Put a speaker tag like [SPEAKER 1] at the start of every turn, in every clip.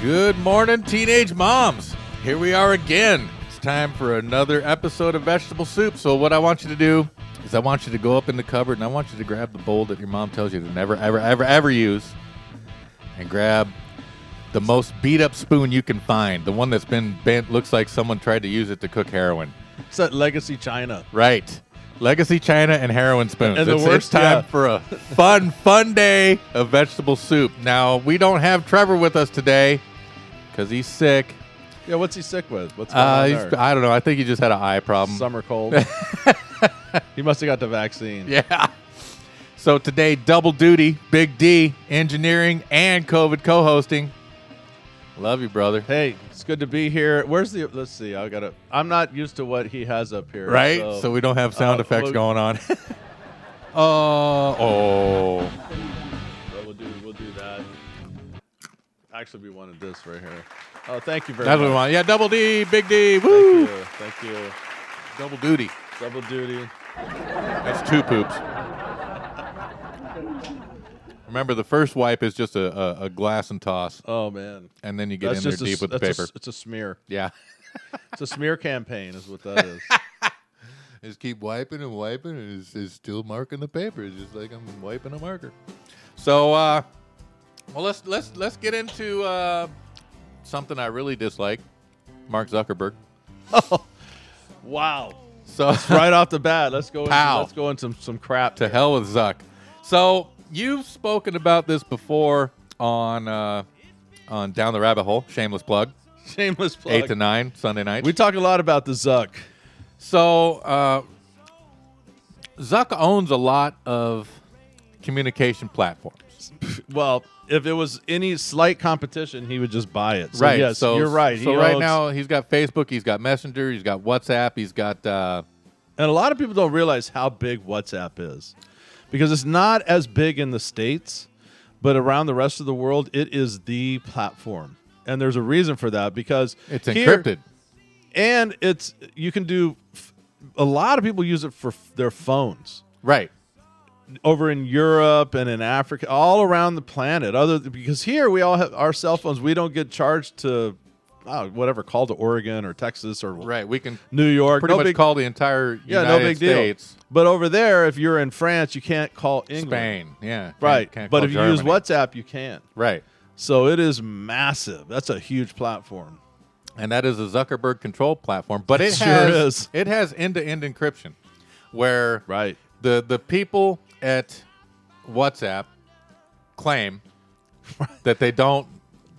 [SPEAKER 1] Good morning, teenage moms. Here we are again. It's time for another episode of Vegetable Soup. So, what I want you to do is I want you to go up in the cupboard and I want you to grab the bowl that your mom tells you to never, ever, ever, ever use and grab the most beat up spoon you can find. The one that's been bent looks like someone tried to use it to cook heroin.
[SPEAKER 2] It's at Legacy China.
[SPEAKER 1] Right. Legacy China and heroin spoons.
[SPEAKER 2] And the
[SPEAKER 1] it's, it's
[SPEAKER 2] worst,
[SPEAKER 1] time
[SPEAKER 2] yeah.
[SPEAKER 1] for a fun, fun day of vegetable soup. Now, we don't have Trevor with us today because he's sick.
[SPEAKER 2] Yeah, what's he sick with? What's going
[SPEAKER 1] Uh,
[SPEAKER 2] on
[SPEAKER 1] he's,
[SPEAKER 2] there?
[SPEAKER 1] I don't know. I think he just had an eye problem.
[SPEAKER 2] Summer cold. he must have got the vaccine.
[SPEAKER 1] yeah. So today, double duty, Big D, engineering and COVID co hosting. Love you, brother.
[SPEAKER 2] Hey, it's good to be here. Where's the? Let's see. I got to I'm not used to what he has up here.
[SPEAKER 1] Right? So,
[SPEAKER 2] So,
[SPEAKER 1] we don't have sound
[SPEAKER 2] Uh,
[SPEAKER 1] effects
[SPEAKER 2] well-
[SPEAKER 1] going on. oh, oh.
[SPEAKER 2] so we'll do. We'll do that. Actually, we wanted this right here. Oh, thank you very
[SPEAKER 1] That's what we
[SPEAKER 2] much.
[SPEAKER 1] want. Yeah, double D, Big D.
[SPEAKER 2] Thank you.
[SPEAKER 1] Woo!
[SPEAKER 2] Thank you.
[SPEAKER 1] Double duty.
[SPEAKER 2] Double duty.
[SPEAKER 1] That's two poops. Remember, the first wipe is just a, a, a glass and toss,
[SPEAKER 2] Oh man.
[SPEAKER 1] and then you get
[SPEAKER 2] That's
[SPEAKER 1] in
[SPEAKER 2] just
[SPEAKER 1] there
[SPEAKER 2] a,
[SPEAKER 1] deep with the
[SPEAKER 2] that's
[SPEAKER 1] paper.
[SPEAKER 2] a s- it's a smear.
[SPEAKER 1] yeah.
[SPEAKER 2] It's a smear campaign, is what that is.
[SPEAKER 1] Just keep wiping and wiping, and it's, it's still marking the paper. It's just like I'm wiping a marker. So, uh, well, let's let's let's get into uh, something I really dislike: Mark Zuckerberg.
[SPEAKER 2] wow.
[SPEAKER 1] So,
[SPEAKER 2] Right off the bat, let's go. Into,
[SPEAKER 1] Pow.
[SPEAKER 2] let's go into some, some crap.
[SPEAKER 1] to hell with Zuck. So, you've spoken about this before on uh, on Down the Rabbit Hole. Shameless plug.
[SPEAKER 2] Shameless plug.
[SPEAKER 1] Eight to nine Sunday nights.
[SPEAKER 2] We talk a lot about the Zuck.
[SPEAKER 1] So uh, Zuck owns a lot of communication platforms.
[SPEAKER 2] Well, if it was any slight competition, he would just buy it. So,
[SPEAKER 1] right.
[SPEAKER 2] Yes,
[SPEAKER 1] so
[SPEAKER 2] you're right.
[SPEAKER 1] So
[SPEAKER 2] He
[SPEAKER 1] right
[SPEAKER 2] owns-
[SPEAKER 1] now he's got Facebook, he's got Messenger, he's got WhatsApp, he's got uh,
[SPEAKER 2] and a lot of people don't realize how big WhatsApp is, because it's not as big in the states, but around the rest of the world, it is the platform. And there's a reason for that because
[SPEAKER 1] it's
[SPEAKER 2] here-
[SPEAKER 1] encrypted.
[SPEAKER 2] and it's you can do. f- A lot of people use it for f- their phones.
[SPEAKER 1] Right.
[SPEAKER 2] over in Europe and in Africa, all around the planet. Other because here we all have our cell phones. We don't get charged to uh, whatever call to Oregon or Texas or
[SPEAKER 1] Right. We can
[SPEAKER 2] New York.
[SPEAKER 1] pretty
[SPEAKER 2] no
[SPEAKER 1] much
[SPEAKER 2] big,
[SPEAKER 1] call the entire
[SPEAKER 2] yeah,
[SPEAKER 1] United
[SPEAKER 2] no big
[SPEAKER 1] States,
[SPEAKER 2] deal. But over there, if you're in France, you can't call England.
[SPEAKER 1] Spain. Yeah. Can't-
[SPEAKER 2] Right.
[SPEAKER 1] can't
[SPEAKER 2] but
[SPEAKER 1] call
[SPEAKER 2] if you use
[SPEAKER 1] Germany.
[SPEAKER 2] WhatsApp, you can.
[SPEAKER 1] Right.
[SPEAKER 2] So it is massive. That's a huge platform.
[SPEAKER 1] and that is a Zuckerberg control platform. But it,
[SPEAKER 2] It sure
[SPEAKER 1] has
[SPEAKER 2] is.
[SPEAKER 1] it has end to end encryption, where
[SPEAKER 2] Right.
[SPEAKER 1] the the people at WhatsApp claim that they don't uh,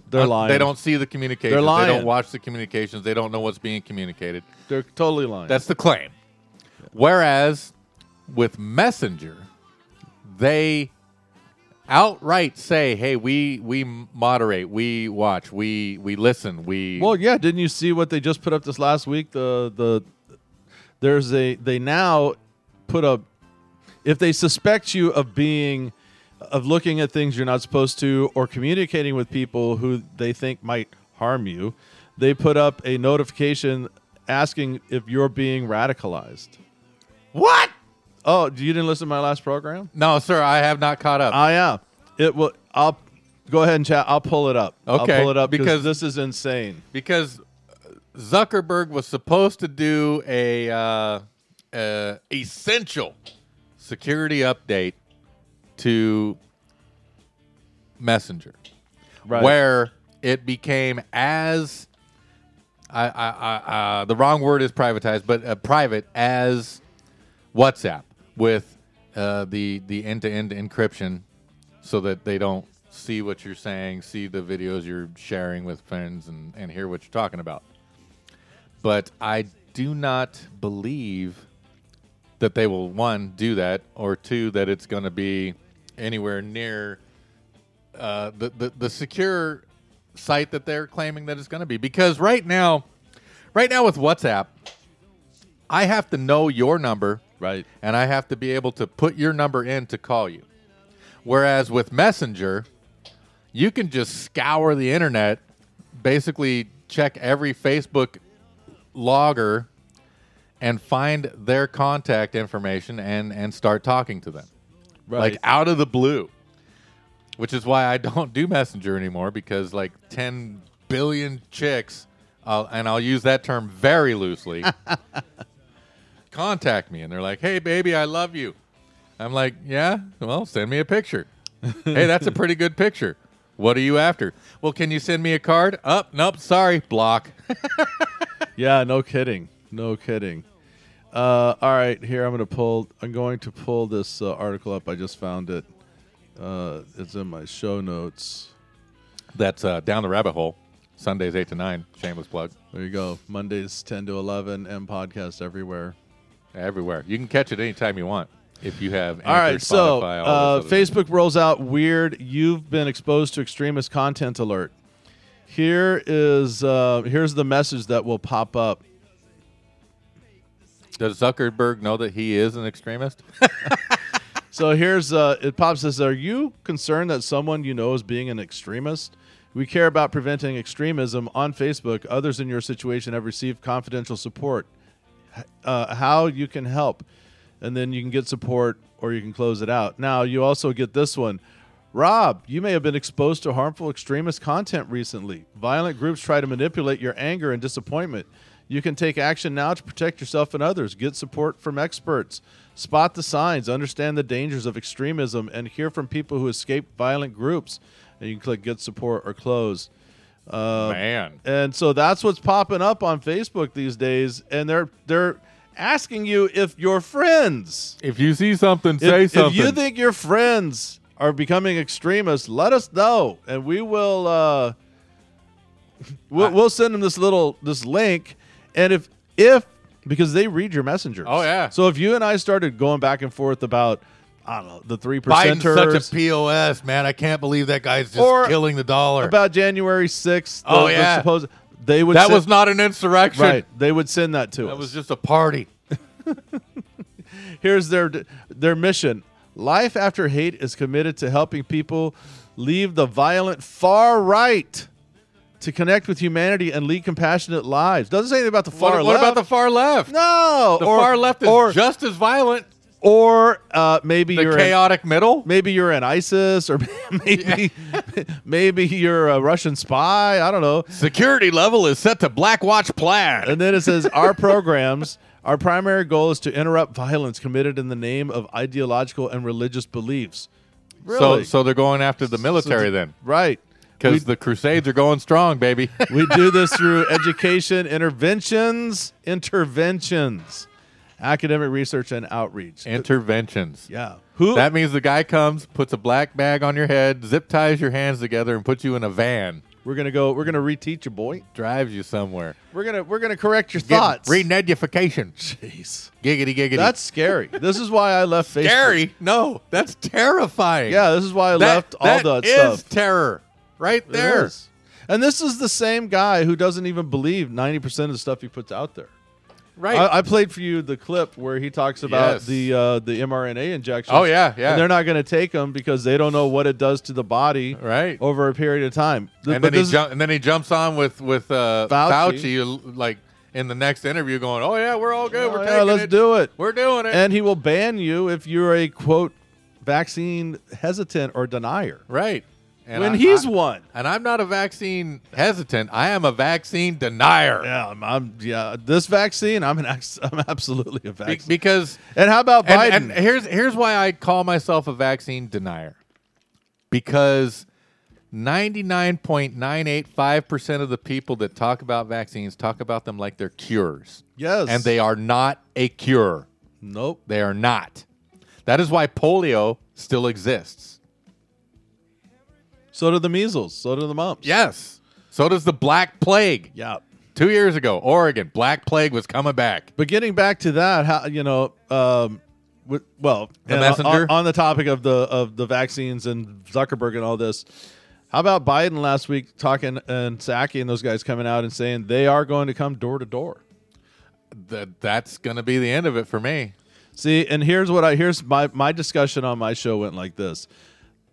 [SPEAKER 2] They're lying.
[SPEAKER 1] they don't see the communications
[SPEAKER 2] They're lying.
[SPEAKER 1] they don't watch the communications they don't know what's being communicated.
[SPEAKER 2] They're totally lying.
[SPEAKER 1] That's the claim. Whereas with Messenger, they outright say, "Hey, we we moderate, we watch, we we listen, we
[SPEAKER 2] Well, yeah, didn't you see what they just put up this last week? The the there's a they now put up if they suspect you of being of looking at things you're not supposed to or communicating with people who they think might harm you, they put up a notification asking if you're being radicalized.
[SPEAKER 1] what."
[SPEAKER 2] Oh, you didn't listen to my last program?
[SPEAKER 1] No, sir, I have not caught up.
[SPEAKER 2] I am. It will I'll go ahead and chat. I'll pull it up.
[SPEAKER 1] Okay,
[SPEAKER 2] I'll pull it up
[SPEAKER 1] because-
[SPEAKER 2] because this is insane.
[SPEAKER 1] because Zuckerberg was supposed to do a uh, uh, essential security update to Messenger,
[SPEAKER 2] Right.
[SPEAKER 1] where it became as I, I, I, uh, the wrong word is privatized, but uh, private as WhatsApp with uh, the the end to end encryption, so that they don't see what you're saying, see the videos you're sharing with friends, and, and hear what you're talking about. But I do not believe that they will one do that, or two that it's going to be anywhere near uh, the, the the secure site that they're claiming that it's going to be. Because right now, right now with WhatsApp, I have to know your number
[SPEAKER 2] Right.
[SPEAKER 1] and I have to be able to put your number in to call you. Whereas with Messenger, you can just scour the internet, basically check every Facebook logger and find their contact information and and start talking to them.
[SPEAKER 2] Right.
[SPEAKER 1] Like out of the blue. Which is why I don't do Messenger anymore because like 10 billion chicks, uh, and I'll use that term very loosely, contact me, and they're like, "Hey, baby, I love you." I'm like, "Yeah, well, send me a picture." hey, that's a pretty good picture. What are you after? Well, can you send me a card? Up, nope, sorry, block.
[SPEAKER 2] Yeah, no kidding. No kidding. Uh, all right, here I'm going to pull. I'm going to pull this uh, article up. I just found it. Uh, it's in my show notes.
[SPEAKER 1] That's uh, down the rabbit hole. Sundays eight to nine. Shameless plug.
[SPEAKER 2] There you go. Mondays 10 to 11 and podcast everywhere.
[SPEAKER 1] Everywhere. You can catch it anytime you want if you have.
[SPEAKER 2] All right,
[SPEAKER 1] Anchor,
[SPEAKER 2] so
[SPEAKER 1] Spotify, all
[SPEAKER 2] uh,
[SPEAKER 1] those other things.
[SPEAKER 2] Facebook rolls out weird. You've been exposed to extremist content alert. Here is uh, here's the message that will pop up.
[SPEAKER 1] Does Zuckerberg know that he is an extremist?
[SPEAKER 2] So here's uh, it pops says, "Are you concerned that someone you know is being an extremist? We care about preventing extremism on Facebook. Others in your situation have received confidential support. H- Uh, how you can help, and then you can get support or you can close it out. Now you also get this one." Rob, you may have been exposed to harmful extremist content recently. Violent groups try to manipulate your anger and disappointment. You can take action now to protect yourself and others. Get support from experts. Spot the signs, understand the dangers of extremism, and hear from people who escaped violent groups. And you can click get support or close. Uh,
[SPEAKER 1] Man.
[SPEAKER 2] and so that's what's popping up on Facebook these days. And they're they're asking you if you're friends.
[SPEAKER 1] If you see something,
[SPEAKER 2] If-
[SPEAKER 1] say
[SPEAKER 2] if,
[SPEAKER 1] something.
[SPEAKER 2] you think your friends are becoming extremists, let us know, and we will. Uh, we'll, we'll send them this little this link, and if if because they read your messengers.
[SPEAKER 1] Oh, yeah.
[SPEAKER 2] So if you and I started going back and forth about I don't know the three
[SPEAKER 1] Biden's such a
[SPEAKER 2] percenters
[SPEAKER 1] POS, man. I can't believe that guy's just
[SPEAKER 2] Or
[SPEAKER 1] killing the dollar.
[SPEAKER 2] about January sixth.
[SPEAKER 1] Oh, yeah.
[SPEAKER 2] supposed they would
[SPEAKER 1] that
[SPEAKER 2] send-
[SPEAKER 1] was not an insurrection.
[SPEAKER 2] right. They would send that to us.
[SPEAKER 1] That was just a party.
[SPEAKER 2] here's their their mission life after hate is committed to helping people leave the violent far right to connect with humanity and lead compassionate lives doesn't say anything about the far
[SPEAKER 1] what,
[SPEAKER 2] left
[SPEAKER 1] what about the far left?
[SPEAKER 2] no
[SPEAKER 1] the
[SPEAKER 2] or,
[SPEAKER 1] far left is
[SPEAKER 2] or
[SPEAKER 1] just as violent.
[SPEAKER 2] or uh, maybe
[SPEAKER 1] The
[SPEAKER 2] you're in-
[SPEAKER 1] chaotic middle.
[SPEAKER 2] maybe you're in isis or maybe maybe you're a russian spy i don't know
[SPEAKER 1] Security level is set to black watch plaid.
[SPEAKER 2] And then it says our programs, our primary goal is to interrupt violence committed in the name of ideological and religious beliefs.
[SPEAKER 1] So, so they're going after the military
[SPEAKER 2] So-
[SPEAKER 1] then,
[SPEAKER 2] Right.
[SPEAKER 1] because the Crusades are going strong, baby.
[SPEAKER 2] We do this through education, interventions, interventions, academic research and outreach.
[SPEAKER 1] Interventions.
[SPEAKER 2] yeah. Who
[SPEAKER 1] That means the guy comes, puts a black bag on your head, zip ties your hands together, and puts you in a van,
[SPEAKER 2] we're going to go we're going to reteach you, boy.
[SPEAKER 1] drives you somewhere.
[SPEAKER 2] We're going to we're going to correct your
[SPEAKER 1] Get-
[SPEAKER 2] thoughts.
[SPEAKER 1] Renegification.
[SPEAKER 2] Jeez.
[SPEAKER 1] Giggity giggity.
[SPEAKER 2] That's scary. this is why I left Facebook.
[SPEAKER 1] scary. No, that's terrifying.
[SPEAKER 2] Yeah, this is why I
[SPEAKER 1] That-
[SPEAKER 2] left all that
[SPEAKER 1] is
[SPEAKER 2] stuff.
[SPEAKER 1] terror right
[SPEAKER 2] It
[SPEAKER 1] there.
[SPEAKER 2] is. And this is the same guy who doesn't even believe 90% of the stuff he puts out there.
[SPEAKER 1] Right.
[SPEAKER 2] I, I played for you the clip where he talks about
[SPEAKER 1] Yes.
[SPEAKER 2] the uh, the mRNA injections.
[SPEAKER 1] Oh, yeah, yeah.
[SPEAKER 2] And they're not going to take them because they don't know what it does to the body
[SPEAKER 1] Right.
[SPEAKER 2] over a period of time. Th-
[SPEAKER 1] and
[SPEAKER 2] but
[SPEAKER 1] then he
[SPEAKER 2] this-
[SPEAKER 1] jump, and then he jumps on with with uh,
[SPEAKER 2] Fauci.
[SPEAKER 1] Fauci, l- like in the next interview, going, "Oh yeah, we're all good.
[SPEAKER 2] Oh,
[SPEAKER 1] we're
[SPEAKER 2] yeah,
[SPEAKER 1] taking
[SPEAKER 2] let's
[SPEAKER 1] it.
[SPEAKER 2] do it.
[SPEAKER 1] We're doing it."
[SPEAKER 2] And he will ban you if you're a quote vaccine hesitant or denier.
[SPEAKER 1] right. And
[SPEAKER 2] when
[SPEAKER 1] I-
[SPEAKER 2] he's
[SPEAKER 1] I-
[SPEAKER 2] one.
[SPEAKER 1] and I'm not a vaccine hesitant. I am a vaccine denier
[SPEAKER 2] Yeah, I'm, I'm yeah, this vaccine, I'm an ex- I'm absolutely a
[SPEAKER 1] Be-
[SPEAKER 2] vaccine.
[SPEAKER 1] because
[SPEAKER 2] and how about Biden?
[SPEAKER 1] and, and here's here's why I call myself a vaccine denier because 99.985% of the people that talk about vaccines talk about them like they're cures.
[SPEAKER 2] yes.
[SPEAKER 1] And they are not a cure.
[SPEAKER 2] Nope.
[SPEAKER 1] They are not. That is why polio still exists.
[SPEAKER 2] So do the measles. So do the mumps.
[SPEAKER 1] Yes. So does the Black Plague.
[SPEAKER 2] Yeah.
[SPEAKER 1] Two years ago, Oregon, Black Plague was coming back.
[SPEAKER 2] But getting back to that, how you know, um, w- well,
[SPEAKER 1] The
[SPEAKER 2] and
[SPEAKER 1] messenger?
[SPEAKER 2] on, on the topic of the of the vaccines and Zuckerberg and all this. How about Biden last week talking and Saki and those guys coming out and saying they are going to come door to door.
[SPEAKER 1] Th- that's going to be the end of it for me.
[SPEAKER 2] See, and here's what I here's my my discussion on my show went like this.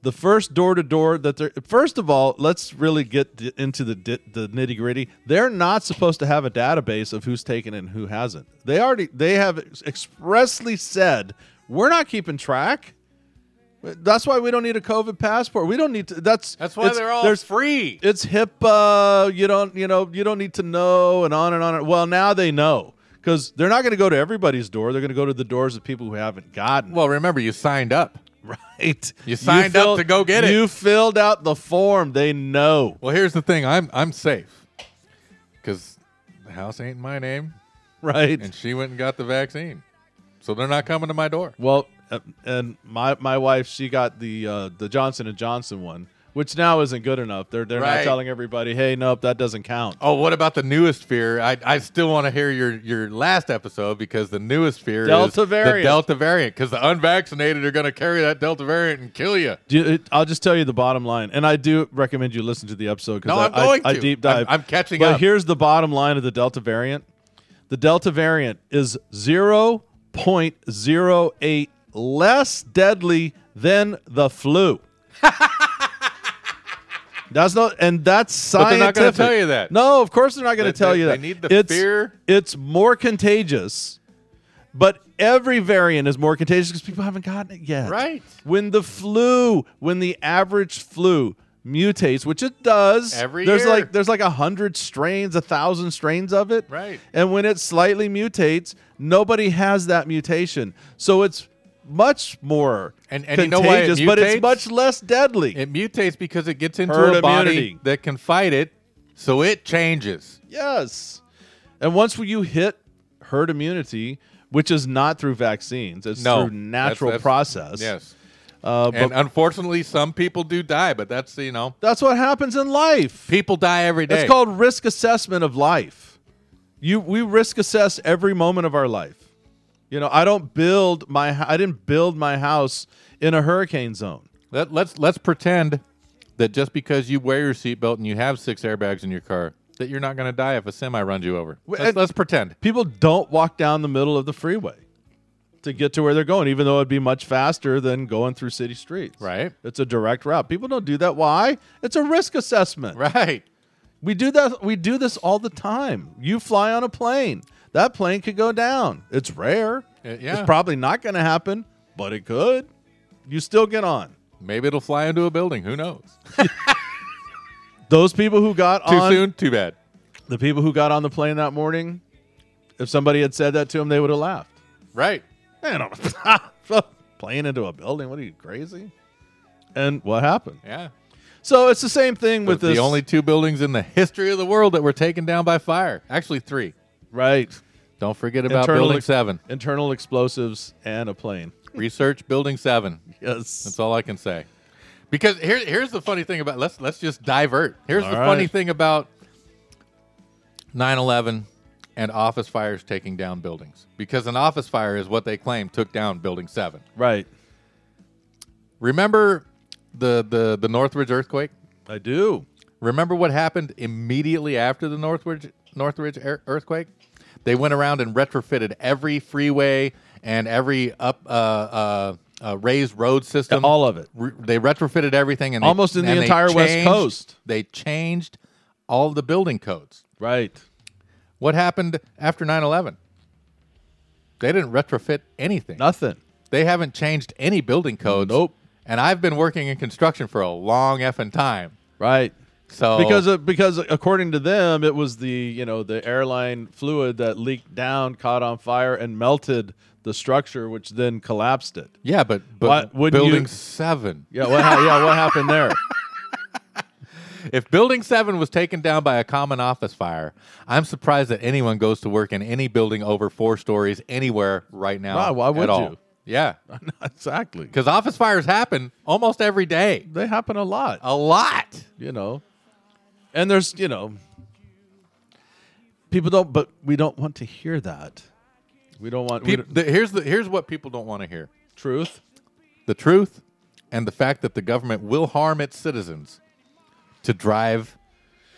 [SPEAKER 2] The first door to door that they're first of all, let's really get d- into the di- the nitty gritty. They're not supposed to have a database of who's taken and who hasn't. They already they have ex- expressly said we're not keeping track. That's why we don't need a COVID passport. We don't need to. That's
[SPEAKER 1] That's why
[SPEAKER 2] it's-
[SPEAKER 1] they're all
[SPEAKER 2] there's-
[SPEAKER 1] free.
[SPEAKER 2] It's HIPAA. You don't you know you don't need to know and on and on. and- Well, now they know because they're not going to go to everybody's door. They're going to go to the doors of people who haven't gotten. it.
[SPEAKER 1] Well, remember you signed up.
[SPEAKER 2] right.
[SPEAKER 1] You signed up to go get it.
[SPEAKER 2] You filled out the form. They know.
[SPEAKER 1] Well, here's the thing. I'm I'm safe because the house ain't in my name,
[SPEAKER 2] Right.
[SPEAKER 1] and she went and got the vaccine, so they're not coming to my door.
[SPEAKER 2] Well, uh, and my my wife, she got the uh, the Johnson and Johnson one, which now isn't good enough. They're they're
[SPEAKER 1] Right.
[SPEAKER 2] not telling everybody, hey, nope, that doesn't count.
[SPEAKER 1] Oh, what about the newest fear? I, I still want to hear your, your last episode because the newest fear is
[SPEAKER 2] Delta
[SPEAKER 1] the
[SPEAKER 2] variant.
[SPEAKER 1] Delta variant because the unvaccinated are going to carry that Delta variant and kill you.
[SPEAKER 2] Do you, it- I'll just tell you the bottom line, and I do recommend you listen to the episode because
[SPEAKER 1] No,
[SPEAKER 2] I,
[SPEAKER 1] I'm going
[SPEAKER 2] I, I
[SPEAKER 1] to.
[SPEAKER 2] deep dive.
[SPEAKER 1] I'm- I'm catching
[SPEAKER 2] but
[SPEAKER 1] up.
[SPEAKER 2] here's the bottom line of the Delta variant: the Delta variant is zero point zero eight less deadly than the flu. that's not, and that's
[SPEAKER 1] But they're not
[SPEAKER 2] scientific.
[SPEAKER 1] gonna tell you that.
[SPEAKER 2] No, of course they're not going
[SPEAKER 1] They-
[SPEAKER 2] to tell
[SPEAKER 1] they-
[SPEAKER 2] you
[SPEAKER 1] they
[SPEAKER 2] that.
[SPEAKER 1] need the
[SPEAKER 2] it's,
[SPEAKER 1] fear.
[SPEAKER 2] It's more contagious, but every variant is more contagious because people haven't gotten it yet.
[SPEAKER 1] Right.
[SPEAKER 2] When the flu, when the average flu mutates, which it does,
[SPEAKER 1] Every
[SPEAKER 2] there's
[SPEAKER 1] year.
[SPEAKER 2] like there's like a hundred strains, a thousand strains of it.
[SPEAKER 1] Right.
[SPEAKER 2] And when it slightly mutates, nobody has that mutation, so it's much more
[SPEAKER 1] And- and you know why it
[SPEAKER 2] contagious, but
[SPEAKER 1] mutates?
[SPEAKER 2] it's much less deadly.
[SPEAKER 1] It mutates because it gets into
[SPEAKER 2] Herd
[SPEAKER 1] a body
[SPEAKER 2] immunity.
[SPEAKER 1] that can fight it, so it changes.
[SPEAKER 2] Yes. And once you hit herd immunity, which is not through vaccines, it's
[SPEAKER 1] No,
[SPEAKER 2] through natural
[SPEAKER 1] That's- that's-
[SPEAKER 2] process.
[SPEAKER 1] Yes,
[SPEAKER 2] Uh, but
[SPEAKER 1] and unfortunately, some people do die, but that's you know,
[SPEAKER 2] that's what happens in life.
[SPEAKER 1] people die every day.
[SPEAKER 2] It's called risk assessment of life. You we risk assess every moment of our life. You know, I don't build my h- I didn't build my house in a hurricane zone.
[SPEAKER 1] Let, let's let's pretend that just because you wear your seatbelt and you have six airbags in your car, that you're not going to die if a semi runs you over.
[SPEAKER 2] Well,
[SPEAKER 1] Let's,
[SPEAKER 2] and-
[SPEAKER 1] let's pretend.
[SPEAKER 2] People don't walk down the middle of the freeway to get to where they're going, even though it'd be much faster than going through city streets.
[SPEAKER 1] Right.
[SPEAKER 2] It's a direct route. People don't do that. Why? It's a risk assessment.
[SPEAKER 1] Right.
[SPEAKER 2] We do that. We do this all the time. You fly on a plane. That plane could go down. It's rare.
[SPEAKER 1] Uh, yeah.
[SPEAKER 2] It's probably not going to happen, but it could. You still get on.
[SPEAKER 1] Maybe it'll fly into a building. Who knows?
[SPEAKER 2] Those people who got
[SPEAKER 1] Too
[SPEAKER 2] on
[SPEAKER 1] soon. Too bad.
[SPEAKER 2] the people who got on the plane that morning, if somebody had said that to them, they would have laughed.
[SPEAKER 1] Right.
[SPEAKER 2] Man, I'm playing into a building. What are you crazy? And what happened?
[SPEAKER 1] Yeah.
[SPEAKER 2] So it's the same thing with
[SPEAKER 1] the
[SPEAKER 2] this.
[SPEAKER 1] only two buildings in the history of the world that were taken down by fire. Actually, three.
[SPEAKER 2] right
[SPEAKER 1] Don't forget about
[SPEAKER 2] Internal
[SPEAKER 1] Building
[SPEAKER 2] ex-
[SPEAKER 1] Seven.
[SPEAKER 2] internal explosives and a plane.
[SPEAKER 1] Research Building Seven.
[SPEAKER 2] Yes.
[SPEAKER 1] That's all I can say. Because here, here's the funny thing about let's let's just divert. Here's
[SPEAKER 2] All
[SPEAKER 1] the
[SPEAKER 2] right.
[SPEAKER 1] funny thing about 9/11 and office fires taking down buildings. Because an office fire is what they claim took down Building Seven.
[SPEAKER 2] Right.
[SPEAKER 1] Remember the the the Northridge earthquake?
[SPEAKER 2] I do.
[SPEAKER 1] Remember what happened immediately after the Northridge Northridge ear- earthquake? They went around and retrofitted every freeway and every up uh, uh, uh, raised road system.
[SPEAKER 2] All of it.
[SPEAKER 1] Re- they retrofitted everything and they-
[SPEAKER 2] Almost in the
[SPEAKER 1] and they
[SPEAKER 2] entire West
[SPEAKER 1] changed-
[SPEAKER 2] Coast.
[SPEAKER 1] They changed all the building codes.
[SPEAKER 2] Right.
[SPEAKER 1] What happened after 9/11? They didn't retrofit anything.
[SPEAKER 2] Nothing.
[SPEAKER 1] They haven't changed any building codes.
[SPEAKER 2] Nope.
[SPEAKER 1] And I've been working in construction for a long effing time.
[SPEAKER 2] Right.
[SPEAKER 1] So
[SPEAKER 2] Because uh, because according to them, it was the you know the airline fluid that leaked down, caught on fire, and melted the structure, which then collapsed it.
[SPEAKER 1] Yeah, but but
[SPEAKER 2] Why wouldn't you-
[SPEAKER 1] building seven.
[SPEAKER 2] Yeah. What? ha- yeah. What happened there?
[SPEAKER 1] If building seven was taken down by a common office fire, I'm surprised that anyone goes to work in any building over four stories anywhere right now.
[SPEAKER 2] Why- why would
[SPEAKER 1] at all.
[SPEAKER 2] you?
[SPEAKER 1] Yeah,
[SPEAKER 2] exactly.
[SPEAKER 1] because office fires happen almost every day,
[SPEAKER 2] They happen a lot.
[SPEAKER 1] a lot.
[SPEAKER 2] you know. And there's, you know, people don't, but we don't want to hear that. We don't want we
[SPEAKER 1] Peop-
[SPEAKER 2] don't-
[SPEAKER 1] the- here's the here's what people don't want to hear:
[SPEAKER 2] truth.
[SPEAKER 1] the truth, and the fact that the government will harm its citizens to drive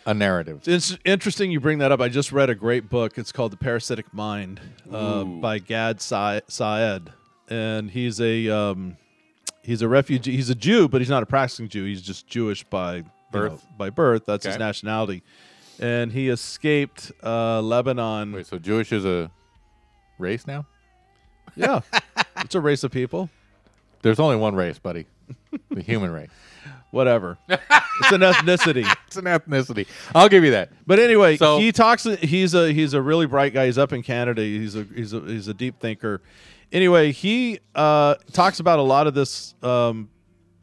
[SPEAKER 1] a narrative.
[SPEAKER 2] It's interesting you bring that up. I just read a great book. It's called The Parasitic Mind uh, by Gad Sa- Saed, and he's a um, he's a refugee. He's a Jew, but he's not a practicing Jew. He's just Jewish by you
[SPEAKER 1] Birth.
[SPEAKER 2] know, by birth, that's his
[SPEAKER 1] Okay.
[SPEAKER 2] nationality, and he escaped uh, Lebanon.
[SPEAKER 1] Wait, so Jewish is a race now?
[SPEAKER 2] Yeah, it's a race of people.
[SPEAKER 1] There's only one race, buddy. the human race.
[SPEAKER 2] Whatever. it's an ethnicity.
[SPEAKER 1] It's an ethnicity. I'll give you that.
[SPEAKER 2] But anyway,
[SPEAKER 1] So-
[SPEAKER 2] he talks. He's a he's a really bright guy. He's up in Canada. He's a he's a he's a deep thinker. Anyway, he uh, talks about a lot of this, um,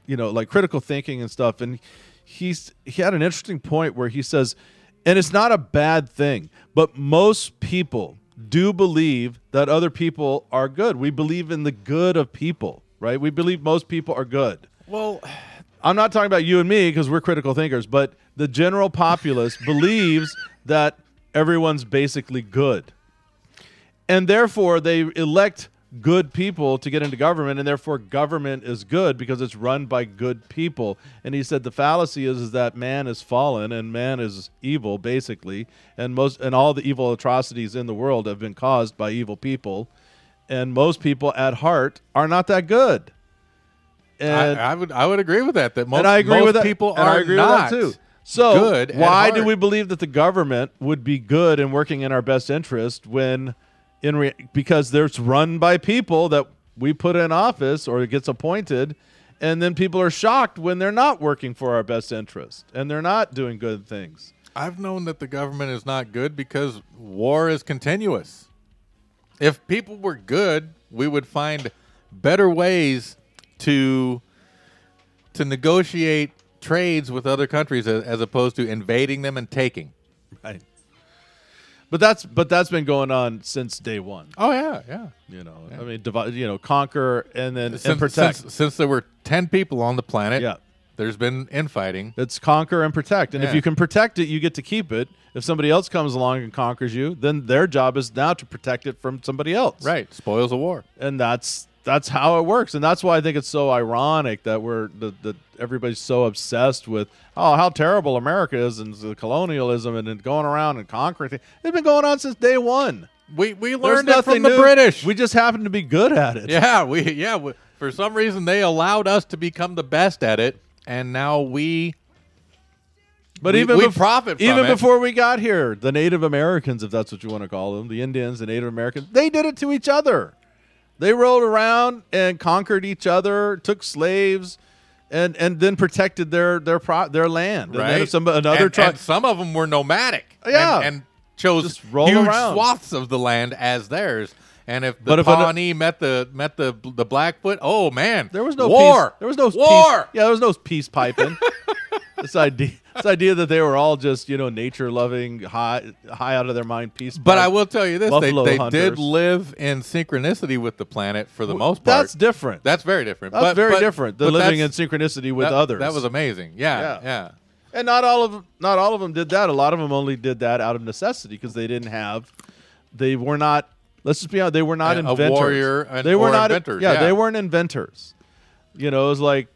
[SPEAKER 2] you know, like critical thinking and stuff. And he's he had an interesting point where he says, and it's not a bad thing, but most people do believe that other people are good. We believe in the good of people, right? We believe most people are good.
[SPEAKER 1] Well,
[SPEAKER 2] I'm not talking about you and me because we're critical thinkers, but the general populace believes that everyone's basically good. And therefore, they elect good people to get into government, and therefore, government is good because it's run by good people. And he said the fallacy is, is that man is fallen and man is evil, basically, and most and all the evil atrocities in the world have been caused by evil people, and most people at heart are not that good.
[SPEAKER 1] I, I would I would agree with that. That most,
[SPEAKER 2] and I agree
[SPEAKER 1] most
[SPEAKER 2] with that.
[SPEAKER 1] people
[SPEAKER 2] and
[SPEAKER 1] are
[SPEAKER 2] I agree
[SPEAKER 1] not
[SPEAKER 2] with that too. So
[SPEAKER 1] good at
[SPEAKER 2] why do
[SPEAKER 1] heart.
[SPEAKER 2] we believe that the government would be good and working in our best interest when in re- because there's run by people that we put in office or gets appointed and then people are shocked when they're not working for our best interest and they're not doing good things.
[SPEAKER 1] I've known that the government is not good because war is continuous. If people were good, we would find better ways to to negotiate trades with other countries as, as opposed to invading them and taking.
[SPEAKER 2] Right. But that's but that's been going on since day 1,
[SPEAKER 1] Oh yeah, yeah.
[SPEAKER 2] you know. I mean divide, you know, conquer and then and
[SPEAKER 1] Since,
[SPEAKER 2] protect.
[SPEAKER 1] since since there were ten people on the planet,
[SPEAKER 2] Yeah.
[SPEAKER 1] there's been infighting.
[SPEAKER 2] It's conquer and protect. And if
[SPEAKER 1] Yeah.
[SPEAKER 2] you can protect it, you get to keep it. If somebody else comes along and conquers you, then their job is now to protect it from somebody else.
[SPEAKER 1] Right, spoils of war.
[SPEAKER 2] And that's that's how it works. And that's why I think it's so ironic that we're that that everybody's so obsessed with oh how terrible America is and the colonialism and, and going around and conquering. things. It's been going on since day one.
[SPEAKER 1] We we
[SPEAKER 2] There's
[SPEAKER 1] learned it
[SPEAKER 2] nothing
[SPEAKER 1] from the
[SPEAKER 2] new.
[SPEAKER 1] British.
[SPEAKER 2] We just happen to be good at it.
[SPEAKER 1] Yeah, we yeah. We, for some reason, they allowed us to become the best at it, and now we.
[SPEAKER 2] But
[SPEAKER 1] We-
[SPEAKER 2] even
[SPEAKER 1] we
[SPEAKER 2] bef-
[SPEAKER 1] profit from
[SPEAKER 2] even
[SPEAKER 1] it.
[SPEAKER 2] before we got here, the Native Americans, if that's what you want to call them, the Indians, the Native Americans, they did it to each other. They rolled around and conquered each other, took slaves, and and then protected their their pro- their land. And then
[SPEAKER 1] Right.
[SPEAKER 2] if some another
[SPEAKER 1] and,
[SPEAKER 2] tribe,
[SPEAKER 1] and some of them were nomadic.
[SPEAKER 2] Yeah.
[SPEAKER 1] And, and chose
[SPEAKER 2] Just roll
[SPEAKER 1] huge
[SPEAKER 2] around.
[SPEAKER 1] swaths of the land as theirs. And if the
[SPEAKER 2] But if an-
[SPEAKER 1] Pawnee met the met the the Blackfoot, oh man,
[SPEAKER 2] there was no
[SPEAKER 1] war.
[SPEAKER 2] Peace, there was no
[SPEAKER 1] war.
[SPEAKER 2] Peace, yeah, there was no peace piping. this idea, this idea that they were all just you know nature loving, high high out of their mind, peace.
[SPEAKER 1] But
[SPEAKER 2] pipe-
[SPEAKER 1] I will tell you this: they,
[SPEAKER 2] Buffalo
[SPEAKER 1] they did
[SPEAKER 2] hunters.
[SPEAKER 1] live in synchronicity with the planet for the most part.
[SPEAKER 2] that's different.
[SPEAKER 1] That's very different.
[SPEAKER 2] That's
[SPEAKER 1] But-
[SPEAKER 2] very
[SPEAKER 1] but-
[SPEAKER 2] different than
[SPEAKER 1] but
[SPEAKER 2] living in
[SPEAKER 1] that's-
[SPEAKER 2] synchronicity with
[SPEAKER 1] that-
[SPEAKER 2] others.
[SPEAKER 1] That was amazing. Yeah,
[SPEAKER 2] Yeah.
[SPEAKER 1] yeah. yeah.
[SPEAKER 2] and not all of not all of them did that. A lot of them only did that out of necessity because they didn't have. They were not. Let's just be honest. They were not
[SPEAKER 1] A- a
[SPEAKER 2] inventors.
[SPEAKER 1] warrior and-
[SPEAKER 2] they were
[SPEAKER 1] or
[SPEAKER 2] not
[SPEAKER 1] inventors,
[SPEAKER 2] Yeah,
[SPEAKER 1] yeah.
[SPEAKER 2] they weren't inventors. You know, it was like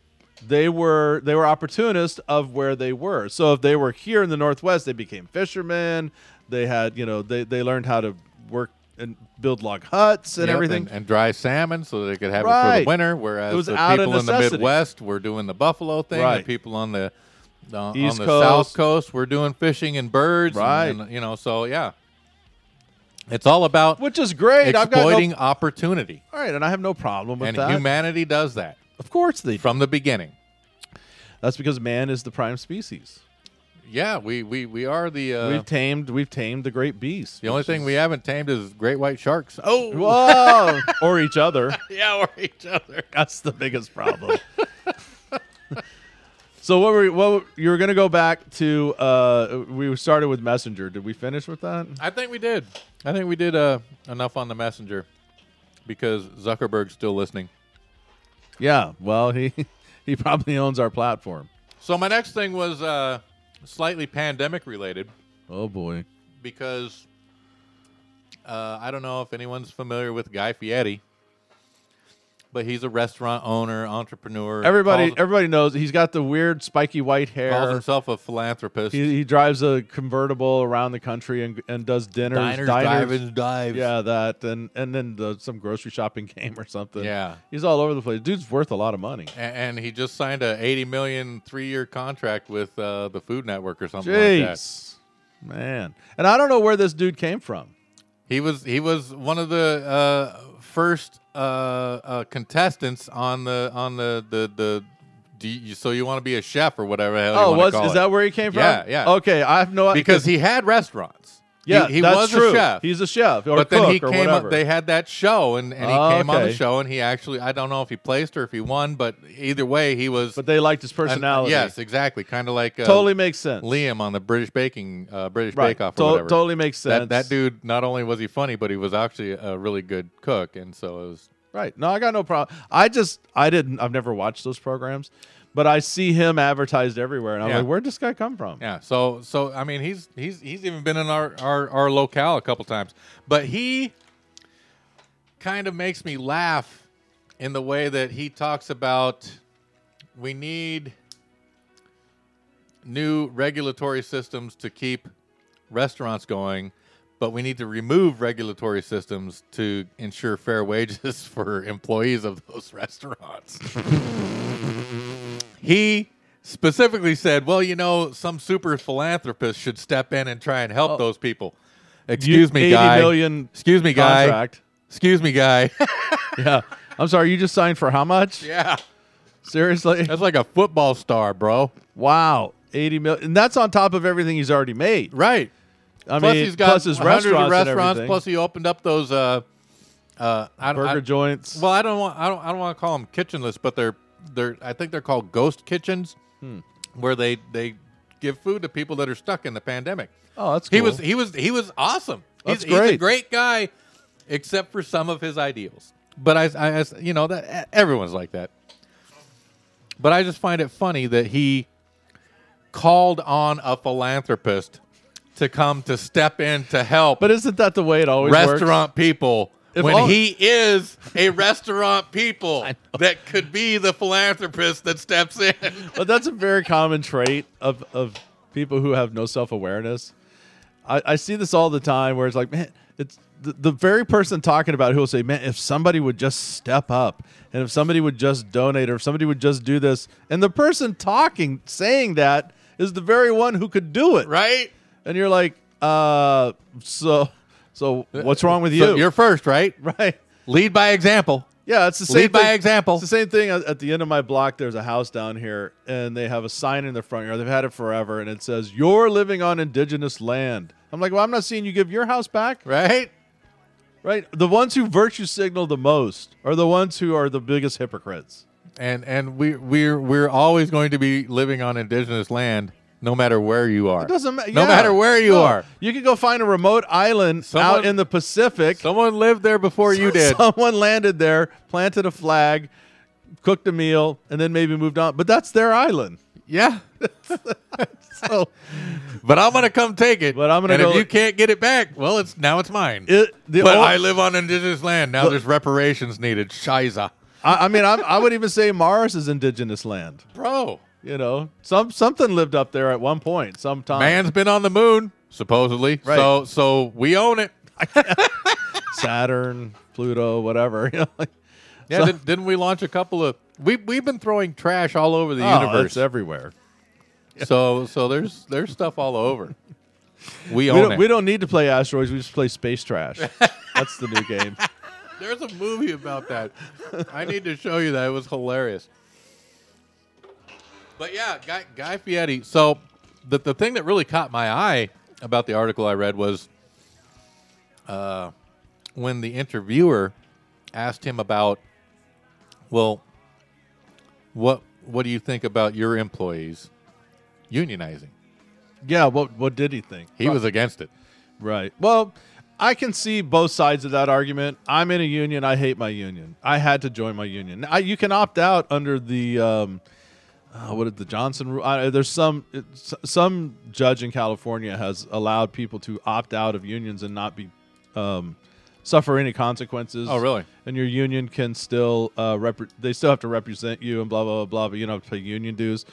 [SPEAKER 2] they were they were opportunists of where they were. So if they were here in the Northwest, they became fishermen. They had you know they they learned how to work and build log huts and
[SPEAKER 1] Yep,
[SPEAKER 2] everything.
[SPEAKER 1] and, and dry salmon so they could have it for
[SPEAKER 2] Right.
[SPEAKER 1] the winter. Whereas
[SPEAKER 2] It was
[SPEAKER 1] the
[SPEAKER 2] out of
[SPEAKER 1] people in the
[SPEAKER 2] necessity.
[SPEAKER 1] Midwest were doing the buffalo thing.
[SPEAKER 2] Right.
[SPEAKER 1] The people on the uh,
[SPEAKER 2] East
[SPEAKER 1] on the
[SPEAKER 2] Coast.
[SPEAKER 1] south coast were doing fishing and birds. and-
[SPEAKER 2] Right.
[SPEAKER 1] and, you know, so yeah, it's all about
[SPEAKER 2] which is great. I've got
[SPEAKER 1] e-, exploiting
[SPEAKER 2] no,
[SPEAKER 1] opportunity,
[SPEAKER 2] all right, and I have no problem with
[SPEAKER 1] and
[SPEAKER 2] that.
[SPEAKER 1] humanity does that
[SPEAKER 2] of course they
[SPEAKER 1] from the beginning.
[SPEAKER 2] That's because man is the prime species.
[SPEAKER 1] Yeah, we we we are the. Uh,
[SPEAKER 2] we've tamed we've tamed the great beast.
[SPEAKER 1] the only
[SPEAKER 2] which
[SPEAKER 1] thing
[SPEAKER 2] is-
[SPEAKER 1] we haven't tamed is great white sharks. Oh,
[SPEAKER 2] Whoa! or each other.
[SPEAKER 1] yeah, or each other.
[SPEAKER 2] That's the biggest problem. so what were you- what were- you were going to go back to? Uh, we started with messenger. Did we finish with that?
[SPEAKER 1] I think we did. I think we did uh, enough on the messenger because Zuckerberg's still listening.
[SPEAKER 2] Yeah. Well, he he probably owns our platform.
[SPEAKER 1] So my next thing was uh, slightly pandemic related
[SPEAKER 2] Oh boy.
[SPEAKER 1] because uh, I don't know if anyone's familiar with Guy Fieri, but he's a restaurant owner, entrepreneur.
[SPEAKER 2] Everybody
[SPEAKER 1] calls,
[SPEAKER 2] everybody knows he's got the weird spiky white
[SPEAKER 1] calls
[SPEAKER 2] hair.
[SPEAKER 1] himself a philanthropist.
[SPEAKER 2] He, he drives a convertible around the country and and does dinners,
[SPEAKER 1] diners, drive-ins, dives.
[SPEAKER 2] Yeah, that and and then the, some grocery shopping game or something.
[SPEAKER 1] Yeah.
[SPEAKER 2] he's all over the place. Dude's worth a lot of money.
[SPEAKER 1] A- And he just signed a eighty million three-year contract with uh, the Food Network or something like that.
[SPEAKER 2] Jeez, man. And I don't know where this dude came from.
[SPEAKER 1] He was he was one of the uh, first uh, uh, contestants on the on the the, the do you, so you want to be a chef or whatever the hell you
[SPEAKER 2] Oh,
[SPEAKER 1] wanna
[SPEAKER 2] was
[SPEAKER 1] call
[SPEAKER 2] is
[SPEAKER 1] it.
[SPEAKER 2] that where he came from?
[SPEAKER 1] Yeah, yeah.
[SPEAKER 2] Okay, I have no
[SPEAKER 1] because he had restaurants. He-
[SPEAKER 2] yeah,
[SPEAKER 1] he,
[SPEAKER 2] that's
[SPEAKER 1] was
[SPEAKER 2] true.
[SPEAKER 1] a chef.
[SPEAKER 2] He's a chef, or
[SPEAKER 1] but then
[SPEAKER 2] cook
[SPEAKER 1] he
[SPEAKER 2] or
[SPEAKER 1] came
[SPEAKER 2] whatever.
[SPEAKER 1] up. They had that show, and, and he
[SPEAKER 2] Oh,
[SPEAKER 1] came on the
[SPEAKER 2] okay.
[SPEAKER 1] show, and he actually I don't know if he placed or if he won, but either way, he was
[SPEAKER 2] but they liked his
[SPEAKER 1] an-
[SPEAKER 2] personality.
[SPEAKER 1] uh, yes, exactly, kind of like uh,
[SPEAKER 2] totally makes sense.
[SPEAKER 1] Liam on the British baking uh, British
[SPEAKER 2] right,
[SPEAKER 1] Bake Off
[SPEAKER 2] To-
[SPEAKER 1] or whatever.
[SPEAKER 2] totally makes sense.
[SPEAKER 1] that, that dude not only was he funny, but he was actually a really good cook, and so it was.
[SPEAKER 2] Right. No, I got no problem. I just I didn't I've never watched those programs, but I see him advertised everywhere and I'm
[SPEAKER 1] Yeah.
[SPEAKER 2] like, where'd this guy come from?
[SPEAKER 1] Yeah. So so I mean he's he's he's even been in our our, our locale a couple times, but he kind of makes me laugh in the way that he talks about we need new regulatory systems to keep restaurants going but we need to remove regulatory systems to ensure fair wages for employees of those restaurants he specifically said, "Well, you know, some super philanthropist should step in and try and help those people." Excuse
[SPEAKER 2] Oh. You-
[SPEAKER 1] me,
[SPEAKER 2] 80
[SPEAKER 1] guy.
[SPEAKER 2] million
[SPEAKER 1] Excuse me, guy.
[SPEAKER 2] contract.
[SPEAKER 1] Excuse me, guy.
[SPEAKER 2] yeah. I'm sorry, you just signed for how much?
[SPEAKER 1] yeah,
[SPEAKER 2] Seriously?
[SPEAKER 1] that's like a football star, bro.
[SPEAKER 2] wow. 80 million. And that's on top of everything he's already made.
[SPEAKER 1] Right.
[SPEAKER 2] I
[SPEAKER 1] plus,
[SPEAKER 2] mean,
[SPEAKER 1] he's got
[SPEAKER 2] plus his
[SPEAKER 1] 100
[SPEAKER 2] restaurants, and
[SPEAKER 1] restaurants,
[SPEAKER 2] everything.
[SPEAKER 1] plus he opened up those uh, uh, I,
[SPEAKER 2] burger
[SPEAKER 1] I,
[SPEAKER 2] joints.
[SPEAKER 1] Well, I don't want I don't I don't want to call them kitchenless, but they're they're I think they're called ghost kitchens,
[SPEAKER 2] Hmm.
[SPEAKER 1] where they they give food to people that are stuck in the pandemic.
[SPEAKER 2] oh, that's cool.
[SPEAKER 1] He was he was he was awesome.
[SPEAKER 2] That's
[SPEAKER 1] he's, he's a
[SPEAKER 2] great.
[SPEAKER 1] great guy, except for some of his ideals. But I, I, I- you know that e, everyone's like that. But I just find it funny that he called on a philanthropist to come to step in to help
[SPEAKER 2] But isn't that the way it always works?
[SPEAKER 1] restaurant people
[SPEAKER 2] If
[SPEAKER 1] when
[SPEAKER 2] all-
[SPEAKER 1] he is a restaurant people that could be the philanthropist that steps in.
[SPEAKER 2] But that's a very common trait of, of people who have no self awareness. I, I see this all the time where it's like, man, it's the, the very person talking about who will say, man, if somebody would just step up and if somebody would just donate or if somebody would just do this. And the person talking, saying that is the very one who could do it.
[SPEAKER 1] right?
[SPEAKER 2] And you're like, uh, so, so what's wrong with you?
[SPEAKER 1] So you're first, right?
[SPEAKER 2] right.
[SPEAKER 1] Lead by example.
[SPEAKER 2] Yeah, it's the same
[SPEAKER 1] Lead by
[SPEAKER 2] thing-
[SPEAKER 1] example.
[SPEAKER 2] It's the same thing at at the end of my block. There's a house down here, and they have a sign in the front yard. They've had it forever, and it says, "You're living on indigenous land." I'm like, well, I'm not seeing you give your house back,
[SPEAKER 1] Right?
[SPEAKER 2] right? The ones who virtue signal the most are the ones who are the biggest hypocrites.
[SPEAKER 1] and and we we're we're always going to be living on indigenous land no matter where you are
[SPEAKER 2] It doesn't matter.
[SPEAKER 1] no matter where you are
[SPEAKER 2] you can go find a remote island
[SPEAKER 1] Someone-
[SPEAKER 2] out in the Pacific.
[SPEAKER 1] someone lived there before you did
[SPEAKER 2] Someone landed there, planted a flag, cooked a meal, and then maybe moved on. But that's their island.
[SPEAKER 1] yeah
[SPEAKER 2] So.
[SPEAKER 1] but i'm gonna come take it
[SPEAKER 2] But I'm gonna
[SPEAKER 1] and if
[SPEAKER 2] go-
[SPEAKER 1] you can't get it back well it's now it's mine
[SPEAKER 2] It, the
[SPEAKER 1] but
[SPEAKER 2] ol-
[SPEAKER 1] i live on indigenous land now there's reparations needed shiza
[SPEAKER 2] I, I mean, I'm, I would even say Mars is indigenous land.
[SPEAKER 1] bro
[SPEAKER 2] You know, some something lived up there at one point, sometime.
[SPEAKER 1] man's been on the moon supposedly
[SPEAKER 2] Right.
[SPEAKER 1] so so we own it
[SPEAKER 2] Saturn, Pluto, whatever. You know, like,
[SPEAKER 1] yeah didn't, didn't we launch a couple of we, we've been throwing trash all over the
[SPEAKER 2] oh,
[SPEAKER 1] universe
[SPEAKER 2] it's everywhere.
[SPEAKER 1] so so there's there's stuff all over we
[SPEAKER 2] We
[SPEAKER 1] own
[SPEAKER 2] don't,
[SPEAKER 1] it
[SPEAKER 2] we don't need to play asteroids. We just play space trash. That's the new game.
[SPEAKER 1] There's a movie about that. I need to show you that. It was hilarious. But yeah, Guy, Guy Fieri. So the, the thing that really caught my eye about the article I read was uh, when the interviewer asked him about, well, what what do you think about your employees unionizing?
[SPEAKER 2] Yeah. What What did he think?
[SPEAKER 1] He was against it.
[SPEAKER 2] Right. Well, I can see both sides of that argument. I'm in a union. I hate my union. I had to join my union. I, you can opt out under the um, uh, what is the Johnson rule? I, there's some it's, some judge in California has allowed people to opt out of unions and not be um, suffer any consequences.
[SPEAKER 1] Oh, really?
[SPEAKER 2] And your union can still uh, repre- they still have to represent you and blah blah blah blah. But you don't have to pay union dues.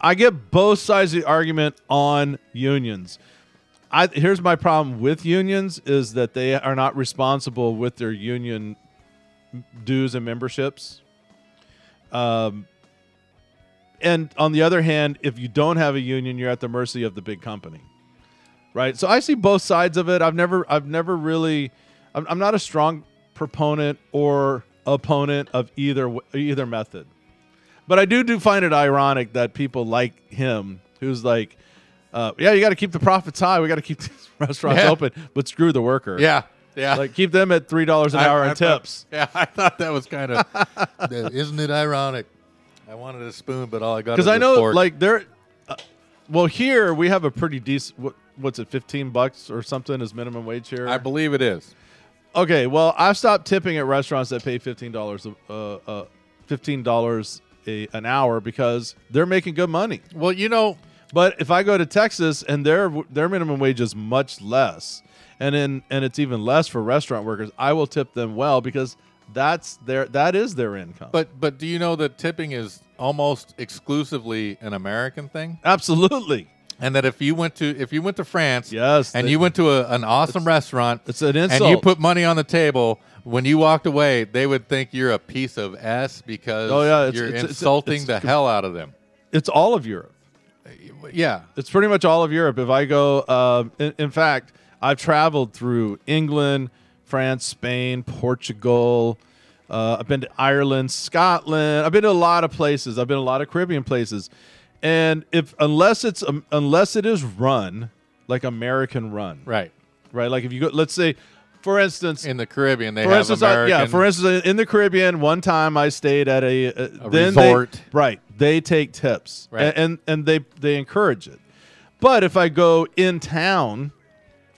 [SPEAKER 2] I get both sides of the argument on unions. I here's my problem with unions is that they are not responsible with their union dues and memberships. Um, and on the other hand, if you don't have a union, you're at the mercy of the big company, right? So I see both sides of it. I've never, I've never really, I'm, I'm not a strong proponent or opponent of either w- either method. But I do do find it ironic that people like him, who's like, uh, yeah, you got to keep the profits high. We got to keep these restaurants
[SPEAKER 1] Yeah.
[SPEAKER 2] open, but screw the worker.
[SPEAKER 1] Yeah. Yeah.
[SPEAKER 2] like keep them at three dollars an
[SPEAKER 1] I-
[SPEAKER 2] hour
[SPEAKER 1] I
[SPEAKER 2] in
[SPEAKER 1] thought-
[SPEAKER 2] tips.
[SPEAKER 1] yeah, I thought that was kind of. isn't it ironic? I wanted a spoon, but all I got
[SPEAKER 2] Because
[SPEAKER 1] is
[SPEAKER 2] I
[SPEAKER 1] a
[SPEAKER 2] know,
[SPEAKER 1] fork.
[SPEAKER 2] like there. Uh, well, here we have a pretty decent. What, what's it? Fifteen bucks or something is minimum wage here.
[SPEAKER 1] I believe it is.
[SPEAKER 2] okay, well, I've stopped tipping at restaurants that pay fifteen dollars uh, uh, fifteen dollars an hour because they're making good money.
[SPEAKER 1] Well, you know,
[SPEAKER 2] But if I go to Texas and their their minimum wage is much less, and in and it's even less for restaurant workers, I will tip them well because that's their that is their income.
[SPEAKER 1] but but do you know that tipping is almost exclusively an American thing,
[SPEAKER 2] absolutely,
[SPEAKER 1] and that if you went to if you went to France,
[SPEAKER 2] Yes,
[SPEAKER 1] and
[SPEAKER 2] they-
[SPEAKER 1] you went to a, an awesome restaurant,
[SPEAKER 2] it's an
[SPEAKER 1] and you
[SPEAKER 2] insult.
[SPEAKER 1] put money on the table. When you walked away, they would think you're a piece of s because
[SPEAKER 2] Oh, yeah, it's-
[SPEAKER 1] you're
[SPEAKER 2] it's- it's-
[SPEAKER 1] insulting
[SPEAKER 2] it's
[SPEAKER 1] the hell out of them.
[SPEAKER 2] it's all of Europe.
[SPEAKER 1] Yeah,
[SPEAKER 2] It's pretty much all of Europe. If I go, uh, in, in fact, I've traveled through England, France, Spain, Portugal. Uh, I've been to Ireland, Scotland. I've been to a lot of places. I've been to a lot of Caribbean places, and if unless it's um, unless it is run like American run, right?
[SPEAKER 1] right.
[SPEAKER 2] Like if you go, let's say, for instance,
[SPEAKER 1] In the Caribbean, they
[SPEAKER 2] for
[SPEAKER 1] have
[SPEAKER 2] instance, I,
[SPEAKER 1] American.
[SPEAKER 2] yeah. For instance, in the Caribbean, one time I stayed at a, uh, then they-
[SPEAKER 1] resort.
[SPEAKER 2] right, they take tips,
[SPEAKER 1] Right.
[SPEAKER 2] A- and and they they encourage it. But if I go in town,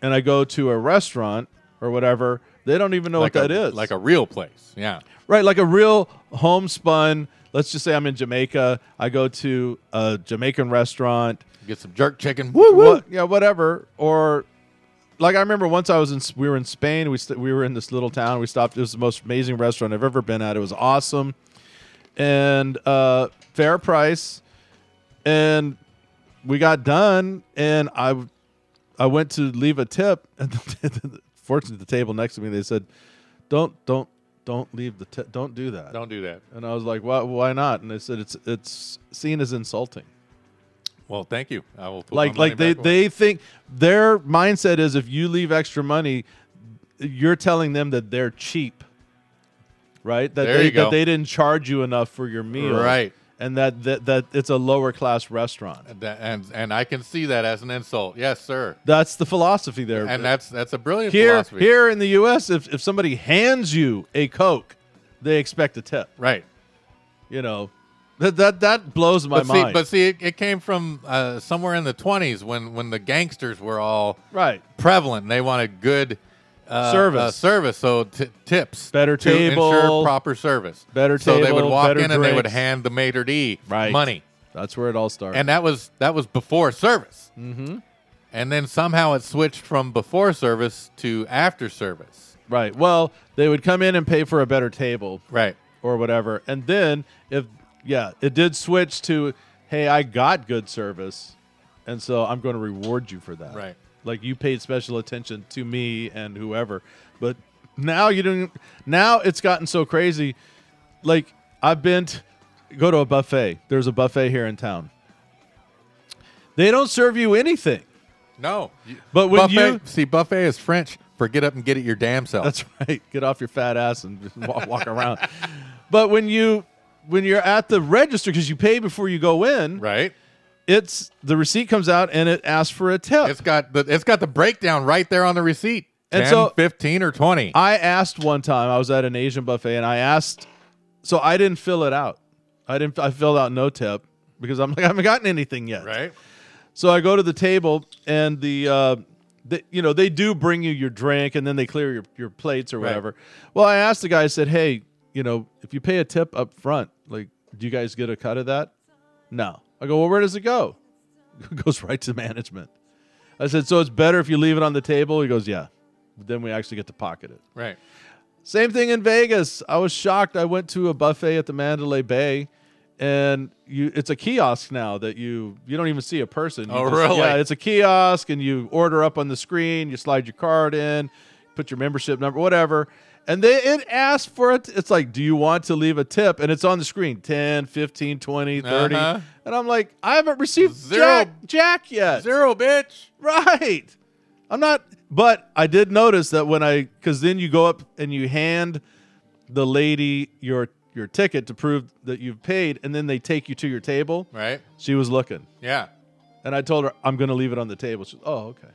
[SPEAKER 2] and I go to a restaurant or whatever, they don't even know
[SPEAKER 1] like
[SPEAKER 2] what that
[SPEAKER 1] a,
[SPEAKER 2] is.
[SPEAKER 1] like a real place. Yeah,
[SPEAKER 2] right, like a real homespun. Let's just say I'm in Jamaica. I go to a Jamaican restaurant.
[SPEAKER 1] get some jerk chicken. Woo woo.
[SPEAKER 2] What, yeah, whatever. Or like I remember once I was in we were in Spain. We st- we were in this little town. We stopped. It was the most amazing restaurant I've ever been at. It was awesome, and uh, fair price. And we got done, and I w- I went to leave a tip, and fortunately the table next to me they said, "Don't don't don't leave the tip. Don't do that."
[SPEAKER 1] Don't do that.
[SPEAKER 2] And I was like, "Why why not?" And they said, "It's it's seen as insulting."
[SPEAKER 1] Well, thank you. I will put
[SPEAKER 2] like
[SPEAKER 1] my money
[SPEAKER 2] like they
[SPEAKER 1] back
[SPEAKER 2] they think their mindset is if you leave extra money you're telling them that they're cheap right that
[SPEAKER 1] There
[SPEAKER 2] they
[SPEAKER 1] you go.
[SPEAKER 2] that they didn't charge you enough for your meal
[SPEAKER 1] Right.
[SPEAKER 2] and that that, that it's a lower class restaurant
[SPEAKER 1] on. That- and and I can see that as an insult. Yes, sir.
[SPEAKER 2] that's the philosophy there
[SPEAKER 1] And that's that's a brilliant
[SPEAKER 2] here
[SPEAKER 1] philosophy.
[SPEAKER 2] here in the US if if somebody hands you a coke they expect a tip
[SPEAKER 1] Right.
[SPEAKER 2] you know that that that blows my
[SPEAKER 1] but
[SPEAKER 2] mind
[SPEAKER 1] see, but see, it, it came from uh, somewhere in the twenties when when the gangsters were all
[SPEAKER 2] right
[SPEAKER 1] prevalent. and They wanted good uh,
[SPEAKER 2] Service.
[SPEAKER 1] uh, service. So t- tips,
[SPEAKER 2] Better
[SPEAKER 1] to ensure
[SPEAKER 2] table.
[SPEAKER 1] proper service.
[SPEAKER 2] Better
[SPEAKER 1] So they would
[SPEAKER 2] table,
[SPEAKER 1] walk in
[SPEAKER 2] better
[SPEAKER 1] and they would
[SPEAKER 2] drinks.
[SPEAKER 1] hand the maitre d
[SPEAKER 2] Right.
[SPEAKER 1] money,
[SPEAKER 2] that's where it all starts
[SPEAKER 1] and that was that was before service. Mm-hmm. And then somehow it switched from before service to after service.
[SPEAKER 2] right well they would come in and pay for a better table
[SPEAKER 1] Right.
[SPEAKER 2] or whatever. And then if yeah, it did switch to hey, I got good service, and so I'm going to reward you for that.
[SPEAKER 1] Right.
[SPEAKER 2] Like you paid special attention to me and whoever. But now you don't now it's gotten so crazy. Like I've been t- go to a buffet. There's a buffet here in town. They don't serve you anything.
[SPEAKER 1] No.
[SPEAKER 2] But when
[SPEAKER 1] buffet,
[SPEAKER 2] you-
[SPEAKER 1] see buffet is French for get up and get it your damn self.
[SPEAKER 2] That's right. Get off your fat ass and just walk, walk around. But when you when you're at the register because you pay before you go in,
[SPEAKER 1] right.
[SPEAKER 2] it's the receipt comes out and it asks for a tip.
[SPEAKER 1] It's got the it's got the breakdown right there on the receipt.
[SPEAKER 2] And
[SPEAKER 1] 10,
[SPEAKER 2] so-
[SPEAKER 1] 15 or 20.
[SPEAKER 2] I asked one time. I was at an Asian buffet and I asked, so I didn't fill it out. I didn't. I filled out no tip because I'm like I haven't gotten anything yet.
[SPEAKER 1] right?
[SPEAKER 2] So I go to the table and the. Uh, the, you know they do bring you your drink and then they clear your, your plates or
[SPEAKER 1] Right.
[SPEAKER 2] whatever well i asked the guy i said hey you know if you pay a tip up front like do you guys get a cut of that no i go well where does it go it goes right to management i said so it's better if you leave it on the table he goes yeah then we actually get to pocket it
[SPEAKER 1] Right.
[SPEAKER 2] same thing in Vegas. I was shocked. I went to a buffet at the Mandalay Bay, and you it's a kiosk now that you you don't even see a person. You
[SPEAKER 1] Oh, really?
[SPEAKER 2] Yeah, it's a kiosk, and you order up on the screen. You slide your card in, put your membership number, whatever. And they it asks for it. It's like, do you want to leave a tip? And it's on the screen 10, 15, 20, 30.
[SPEAKER 1] Uh-huh.
[SPEAKER 2] And I'm like, I haven't received
[SPEAKER 1] Zero.
[SPEAKER 2] Jack, Jack yet.
[SPEAKER 1] Zero, bitch.
[SPEAKER 2] Right. I'm not, but I did notice that when I, because then you go up and you hand the lady your your ticket to prove that you've paid, and then they take you to your table.
[SPEAKER 1] right?
[SPEAKER 2] She was looking,
[SPEAKER 1] Yeah.
[SPEAKER 2] and I told her I'm going to leave it on the table. She was, oh, okay.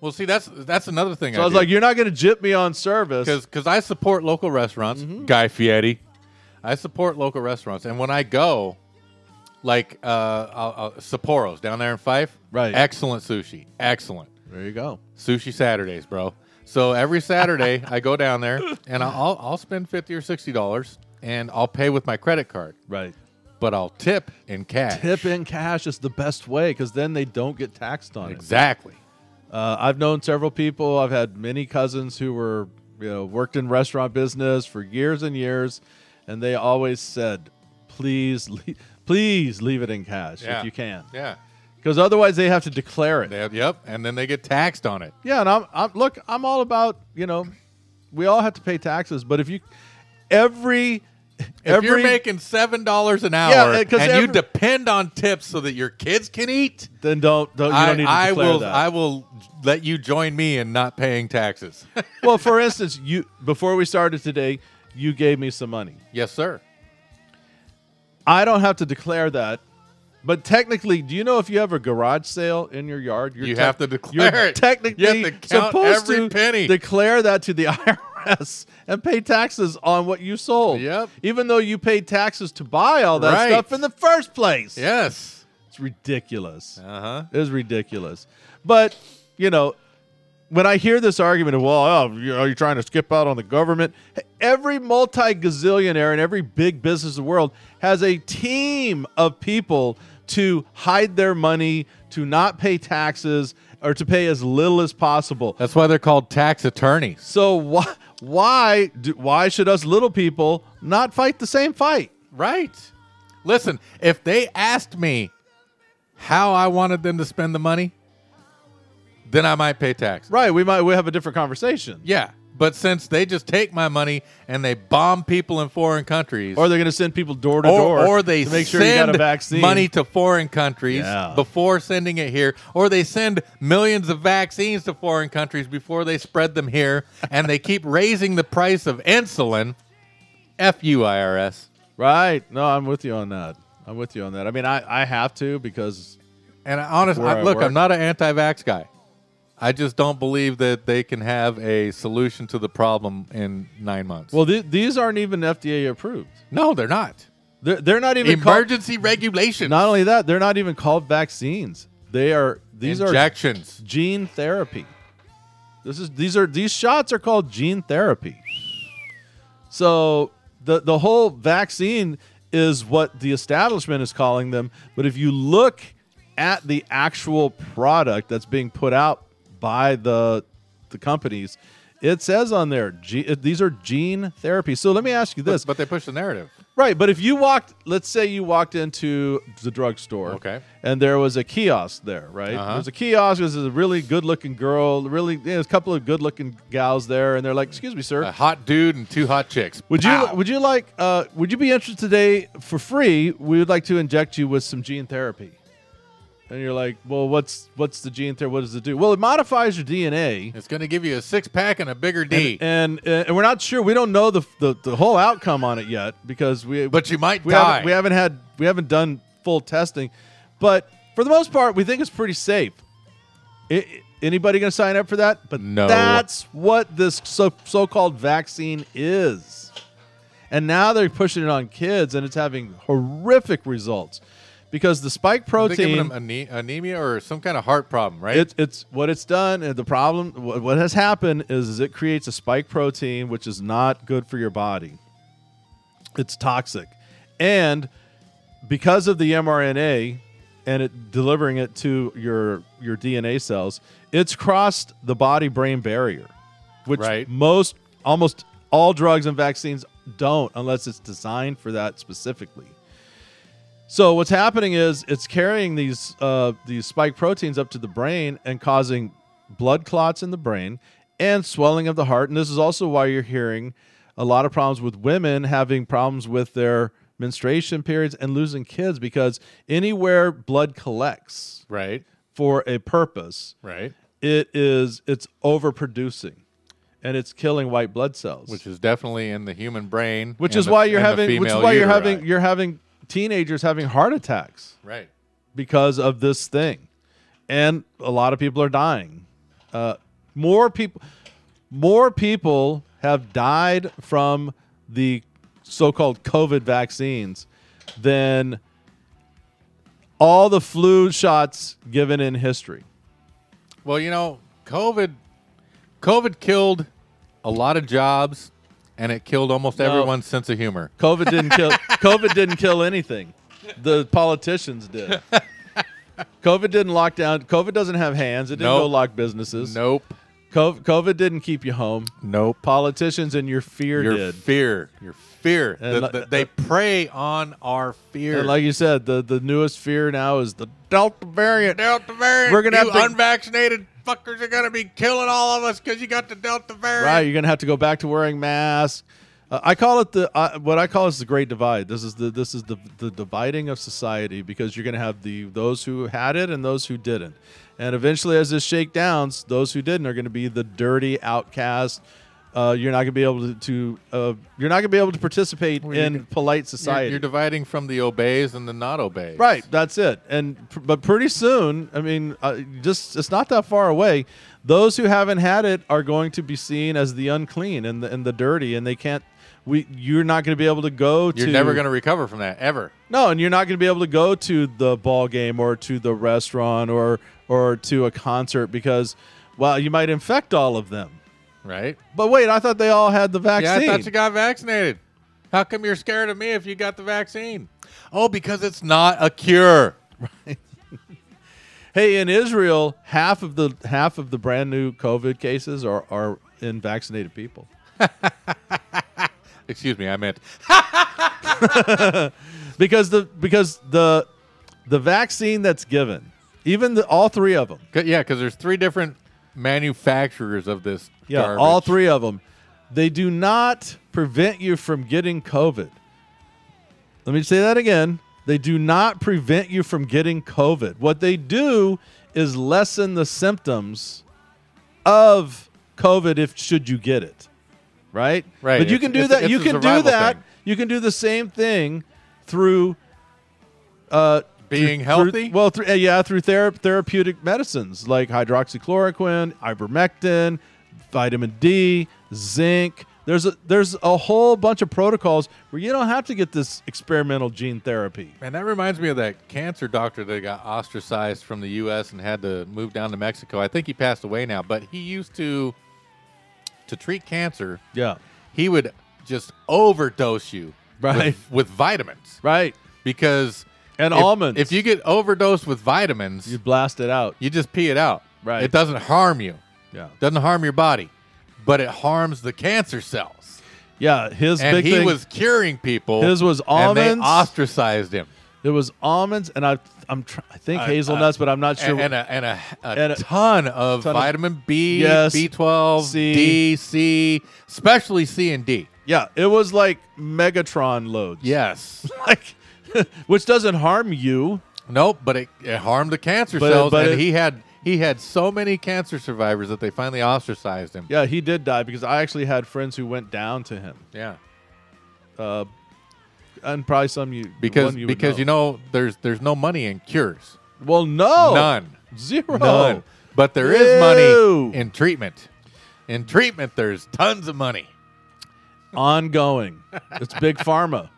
[SPEAKER 1] Well, see, that's that's another thing.
[SPEAKER 2] So I was like, you're not going to jip me on service.
[SPEAKER 1] because because I support local restaurants,
[SPEAKER 2] Mm-hmm.
[SPEAKER 1] Guy Fieri. I support local restaurants, and when I go, like uh, uh, Sapporo's down there in Fife,
[SPEAKER 2] Right.
[SPEAKER 1] Excellent sushi, excellent
[SPEAKER 2] There you go.
[SPEAKER 1] sushi Saturdays, bro. So every Saturday I go down there and I'll I'll spend fifty or sixty dollars, and I'll pay with my credit card,
[SPEAKER 2] Right.
[SPEAKER 1] but I'll tip in cash.
[SPEAKER 2] Tip in cash is the best way because then they don't get taxed on it.
[SPEAKER 1] exactly.
[SPEAKER 2] Uh, I've known several people. I've had many cousins who were, you know, worked in restaurant business for years and years, and they always said, "Please, le- please leave it in cash
[SPEAKER 1] Yeah.
[SPEAKER 2] if you can,
[SPEAKER 1] Yeah.
[SPEAKER 2] because otherwise they have to declare it."
[SPEAKER 1] They have, yep. And then they get taxed on it.
[SPEAKER 2] Yeah, and I'm, I'm look, I'm all about you know, we all have to pay taxes, but if you every
[SPEAKER 1] If
[SPEAKER 2] every
[SPEAKER 1] you're making seven dollars an hour
[SPEAKER 2] uh,
[SPEAKER 1] and
[SPEAKER 2] 'cause
[SPEAKER 1] you
[SPEAKER 2] every-
[SPEAKER 1] depend on tips so that your kids can eat,
[SPEAKER 2] then don't don't you
[SPEAKER 1] I,
[SPEAKER 2] don't need to
[SPEAKER 1] I
[SPEAKER 2] declare
[SPEAKER 1] will
[SPEAKER 2] that.
[SPEAKER 1] I will let you join me in not paying taxes.
[SPEAKER 2] well, for instance, you before we started today, you gave me some money.
[SPEAKER 1] yes, sir.
[SPEAKER 2] I don't have to declare that. But technically, do you know if you have a garage sale in your yard? You're
[SPEAKER 1] You
[SPEAKER 2] tec-
[SPEAKER 1] have to declare
[SPEAKER 2] You're
[SPEAKER 1] it.
[SPEAKER 2] technically
[SPEAKER 1] You have to count
[SPEAKER 2] supposed
[SPEAKER 1] every
[SPEAKER 2] to
[SPEAKER 1] penny.
[SPEAKER 2] declare that to the IRS and pay taxes on what you sold.
[SPEAKER 1] Yep.
[SPEAKER 2] Even though you paid taxes to buy all that
[SPEAKER 1] Right.
[SPEAKER 2] stuff in the first place.
[SPEAKER 1] Yes.
[SPEAKER 2] It's ridiculous.
[SPEAKER 1] Uh huh.
[SPEAKER 2] It was ridiculous. But, you know, when I hear this argument of, well, oh, you- are you trying to skip out on the government? Every multi gazillionaire and every big business in the world has a team of people to hide their money, to not pay taxes, or to pay as little as possible.
[SPEAKER 1] That's why they're called tax attorneys.
[SPEAKER 2] So why why do, why should us little people not fight the same fight?
[SPEAKER 1] Right. Listen, if they asked me how I wanted them to spend the money, then I might pay tax.
[SPEAKER 2] Right, we might we have a different conversation.
[SPEAKER 1] Yeah. But since they just take my money and they bomb people in foreign countries,
[SPEAKER 2] Or they're going to send people door to
[SPEAKER 1] or,
[SPEAKER 2] door
[SPEAKER 1] or they
[SPEAKER 2] to make sure
[SPEAKER 1] send
[SPEAKER 2] you got a vaccine.
[SPEAKER 1] money to foreign countries
[SPEAKER 2] Yeah.
[SPEAKER 1] before sending it here, or they send millions of vaccines to foreign countries before they spread them here, and they keep raising the price of insulin. F you, IRS.
[SPEAKER 2] Right. No, I'm with you on that. I'm with you on that. I mean, I, I have to because
[SPEAKER 1] And I, honestly,
[SPEAKER 2] Where
[SPEAKER 1] I,
[SPEAKER 2] I
[SPEAKER 1] look,
[SPEAKER 2] work.
[SPEAKER 1] I'm not an anti-vax guy. I just don't believe that they can have a solution to the problem in nine months.
[SPEAKER 2] well, th- these aren't even FDA approved.
[SPEAKER 1] no, they're not.
[SPEAKER 2] They're, they're not even called,
[SPEAKER 1] Emergency regulation,
[SPEAKER 2] not only that, they're not even called vaccines. They are these
[SPEAKER 1] injections.
[SPEAKER 2] are gene therapy. This is these are these shots are called gene therapy. So the the whole vaccine is what the establishment is calling them, but if you look at the actual product that's being put out by the the companies, it says on there ge- uh, these are gene therapy. So let me ask you this,
[SPEAKER 1] but they push the narrative.
[SPEAKER 2] right? But if you walked, let's say you walked into the drugstore,
[SPEAKER 1] Okay.
[SPEAKER 2] and there was a kiosk there, right?
[SPEAKER 1] Uh-huh.
[SPEAKER 2] There's a kiosk. There's a really good-looking girl, really, yeah, there's a couple of good-looking gals there, and they're like, "Excuse me, sir,
[SPEAKER 1] A hot dude and two hot chicks.
[SPEAKER 2] would you
[SPEAKER 1] Pow.
[SPEAKER 2] would you like uh, would you be interested today for free? We would like to inject you with some gene therapy. And you're like, well, what's what's the gene therapy? What does it do? Well, it modifies your DNA.
[SPEAKER 1] It's going to give you a six pack and a bigger D,
[SPEAKER 2] And, and and we're not sure. We don't know the, the the whole outcome on it yet because we
[SPEAKER 1] but you might
[SPEAKER 2] we
[SPEAKER 1] die.
[SPEAKER 2] haven't, we haven't had we haven't done full testing, but for the most part, we think it's pretty safe. I- I- anybody going to sign up for that? But
[SPEAKER 1] No.
[SPEAKER 2] that's what this so so-called vaccine is, and now they're pushing it on kids, and it's having horrific results because the spike
[SPEAKER 1] They're giving
[SPEAKER 2] protein.
[SPEAKER 1] them ane- anemia or some kind of heart problem, right?
[SPEAKER 2] It's it's what it's done. And the problem, wh- what has happened is, is it creates a spike protein, which is not good for your body. It's toxic, and because of the mRNA and it delivering it to your your DNA cells, it's crossed the body brain barrier, which
[SPEAKER 1] Right.
[SPEAKER 2] most almost all drugs and vaccines don't unless it's designed for that specifically. So what's happening is it's carrying these uh, these spike proteins up to the brain and causing blood clots in the brain and swelling of the heart. And this is also why you're hearing a lot of problems with women having problems with their menstruation periods and losing kids because anywhere blood collects
[SPEAKER 1] right,
[SPEAKER 2] for a purpose,
[SPEAKER 1] right.
[SPEAKER 2] it is it's overproducing. and it's killing white blood cells.
[SPEAKER 1] which is definitely in the human brain,
[SPEAKER 2] which
[SPEAKER 1] and
[SPEAKER 2] is
[SPEAKER 1] the-
[SPEAKER 2] why you're
[SPEAKER 1] and the
[SPEAKER 2] having which is
[SPEAKER 1] female
[SPEAKER 2] why you're
[SPEAKER 1] uteri.
[SPEAKER 2] having you're having teenagers having heart attacks
[SPEAKER 1] right.
[SPEAKER 2] because of this thing and a lot of people are dying uh, more people more people have died from the so-called covid vaccines than all the flu shots given in history
[SPEAKER 1] Well, you know, COVID, COVID killed a lot of jobs, and it killed almost
[SPEAKER 2] No.
[SPEAKER 1] everyone's sense of humor.
[SPEAKER 2] covid didn't kill covid didn't kill anything the politicians did covid didn't lock down covid doesn't have hands it didn't
[SPEAKER 1] Nope.
[SPEAKER 2] go lock businesses
[SPEAKER 1] Nope.
[SPEAKER 2] Cov- covid didn't keep you home
[SPEAKER 1] Nope.
[SPEAKER 2] politicians and your fear
[SPEAKER 1] Your
[SPEAKER 2] did.
[SPEAKER 1] fear. Your fear.
[SPEAKER 2] And
[SPEAKER 1] The-
[SPEAKER 2] like-
[SPEAKER 1] the- they prey on our fear.
[SPEAKER 2] And like you said, the, the newest fear now is the Delta variant.
[SPEAKER 1] Delta variant.
[SPEAKER 2] We're gonna
[SPEAKER 1] you
[SPEAKER 2] have to-
[SPEAKER 1] unvaccinated fuckers are gonna be killing all of us because you got the Delta variant.
[SPEAKER 2] Right, you're gonna have to go back to wearing masks. Uh, I call it the uh, what I call is the great divide. This is the this is the the dividing of society because you're gonna have the those who had it and those who didn't, and eventually as this shakedowns, those who didn't are gonna be the dirty outcast. Uh, you're not gonna be able to, to uh, you're not gonna be able to participate
[SPEAKER 1] you're
[SPEAKER 2] in
[SPEAKER 1] gonna-
[SPEAKER 2] polite
[SPEAKER 1] You're,
[SPEAKER 2] society.
[SPEAKER 1] you're dividing from the obeys and the not obeys.
[SPEAKER 2] Right, that's it. And pr- but pretty soon, I mean, uh, just it's not that far away. Those who haven't had it are going to be seen as the unclean and the, and the dirty, and they can't. We you're not going to be able to go
[SPEAKER 1] You're
[SPEAKER 2] to
[SPEAKER 1] never gonna recover from that ever.
[SPEAKER 2] no, and you're not going to be able to go to the ball game or to the restaurant or or to a concert because well, you might infect all of them.
[SPEAKER 1] Right.
[SPEAKER 2] But wait, I thought they all had the vaccine.
[SPEAKER 1] Yeah, I thought you got vaccinated. How come you're scared of me if you got the vaccine? Oh, because it's not a cure.
[SPEAKER 2] Hey, in Israel, half of the half of the brand new COVID cases are are in vaccinated people.
[SPEAKER 1] Excuse me, I meant
[SPEAKER 2] because the because the the vaccine that's given, even the, all three of them,
[SPEAKER 1] C- yeah, because there's three different manufacturers of this.
[SPEAKER 2] yeah,
[SPEAKER 1] garbage.
[SPEAKER 2] all three of them, they do not prevent you from getting COVID. Let me say that again. They do not prevent you from getting COVID. What they do is lessen the symptoms of COVID if should you get it, right?
[SPEAKER 1] Right.
[SPEAKER 2] But you
[SPEAKER 1] It's-
[SPEAKER 2] can do
[SPEAKER 1] it's-
[SPEAKER 2] that.
[SPEAKER 1] it's
[SPEAKER 2] you
[SPEAKER 1] a
[SPEAKER 2] can do
[SPEAKER 1] survival
[SPEAKER 2] that.
[SPEAKER 1] thing.
[SPEAKER 2] You can do the same thing through uh,
[SPEAKER 1] being
[SPEAKER 2] through-
[SPEAKER 1] healthy.
[SPEAKER 2] well, through, uh, yeah, through thera- therapeutic medicines like hydroxychloroquine, ivermectin, vitamin D, zinc. There's a there's a whole bunch of protocols where you don't have to get this experimental gene therapy.
[SPEAKER 1] and that reminds me of that cancer doctor that got ostracized from the U.S. and had to move down to Mexico. I think he passed away now, but he used to to treat cancer.
[SPEAKER 2] Yeah,
[SPEAKER 1] He would just overdose you with-
[SPEAKER 2] Right.
[SPEAKER 1] with vitamins
[SPEAKER 2] right.
[SPEAKER 1] because
[SPEAKER 2] And
[SPEAKER 1] if-
[SPEAKER 2] almonds.
[SPEAKER 1] If you get overdosed with vitamins,
[SPEAKER 2] You blast it out.
[SPEAKER 1] you just pee it out.
[SPEAKER 2] Right.
[SPEAKER 1] It doesn't harm you.
[SPEAKER 2] Yeah,
[SPEAKER 1] Doesn't harm your body, but it harms the cancer cells.
[SPEAKER 2] yeah. His
[SPEAKER 1] And
[SPEAKER 2] big
[SPEAKER 1] he
[SPEAKER 2] thing
[SPEAKER 1] was curing people.
[SPEAKER 2] His was
[SPEAKER 1] And
[SPEAKER 2] almonds.
[SPEAKER 1] they ostracized him.
[SPEAKER 2] it was almonds, and I I'm tr- I think
[SPEAKER 1] Uh,
[SPEAKER 2] hazelnuts, but I'm not sure.
[SPEAKER 1] And, and a and a, a
[SPEAKER 2] And a-
[SPEAKER 1] ton of
[SPEAKER 2] ton of-
[SPEAKER 1] vitamin B,
[SPEAKER 2] Yes.
[SPEAKER 1] B12,
[SPEAKER 2] C.
[SPEAKER 1] D, C, especially C and D.
[SPEAKER 2] yeah, it was like Megatron loads.
[SPEAKER 1] Yes.
[SPEAKER 2] like which doesn't harm you.
[SPEAKER 1] nope. But it, it harmed the cancer
[SPEAKER 2] But-
[SPEAKER 1] cells,
[SPEAKER 2] but
[SPEAKER 1] and
[SPEAKER 2] it-
[SPEAKER 1] he had he had so many cancer survivors that they finally ostracized him.
[SPEAKER 2] Yeah, he did die because I actually had friends who went down to him,
[SPEAKER 1] yeah.
[SPEAKER 2] uh, and probably some you
[SPEAKER 1] Because
[SPEAKER 2] one you would
[SPEAKER 1] because you know there's there's no money in cures.
[SPEAKER 2] well no
[SPEAKER 1] None.
[SPEAKER 2] zero
[SPEAKER 1] None. But there is
[SPEAKER 2] Ew.
[SPEAKER 1] money in treatment. In treatment, there's tons of money.
[SPEAKER 2] ongoing. It's big pharma.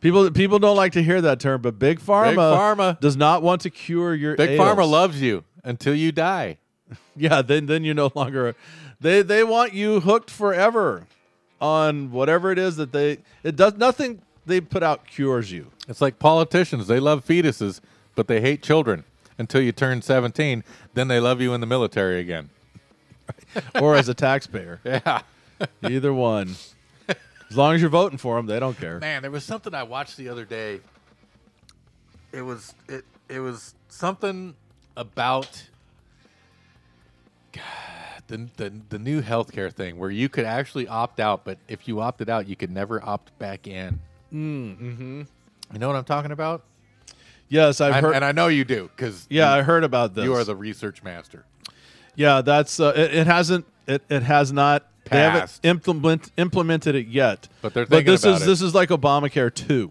[SPEAKER 2] People people don't like to hear that term, but big pharma,
[SPEAKER 1] pharma.
[SPEAKER 2] does not want to cure your
[SPEAKER 1] Big
[SPEAKER 2] ails.
[SPEAKER 1] Pharma loves you until you die.
[SPEAKER 2] yeah. Then then you're no longer they they want you hooked forever on whatever it is that they it does nothing they put out cures you.
[SPEAKER 1] It's like politicians. They love fetuses, but they hate children until you turn 17. Then they love you in the military again.
[SPEAKER 2] or as a taxpayer.
[SPEAKER 1] Yeah.
[SPEAKER 2] Either one. As long as you're voting for them, they don't care.
[SPEAKER 1] Man, there was something I watched the other day. It was it it was something about God, the, the the new healthcare thing where you could actually opt out, but if you opted out, you could never opt back in. Mm, Mm-hmm. You know what I'm talking about?
[SPEAKER 2] Yes, I've
[SPEAKER 1] I,
[SPEAKER 2] heard.
[SPEAKER 1] and I know you do because
[SPEAKER 2] yeah, I heard about this.
[SPEAKER 1] you are the research master.
[SPEAKER 2] Yeah, that's uh, it, it. Hasn't It, it has not they haven't
[SPEAKER 1] Passed.
[SPEAKER 2] implement, implemented it yet.
[SPEAKER 1] But they're
[SPEAKER 2] but
[SPEAKER 1] thinking
[SPEAKER 2] this
[SPEAKER 1] about
[SPEAKER 2] is
[SPEAKER 1] it.
[SPEAKER 2] this is like Obamacare two.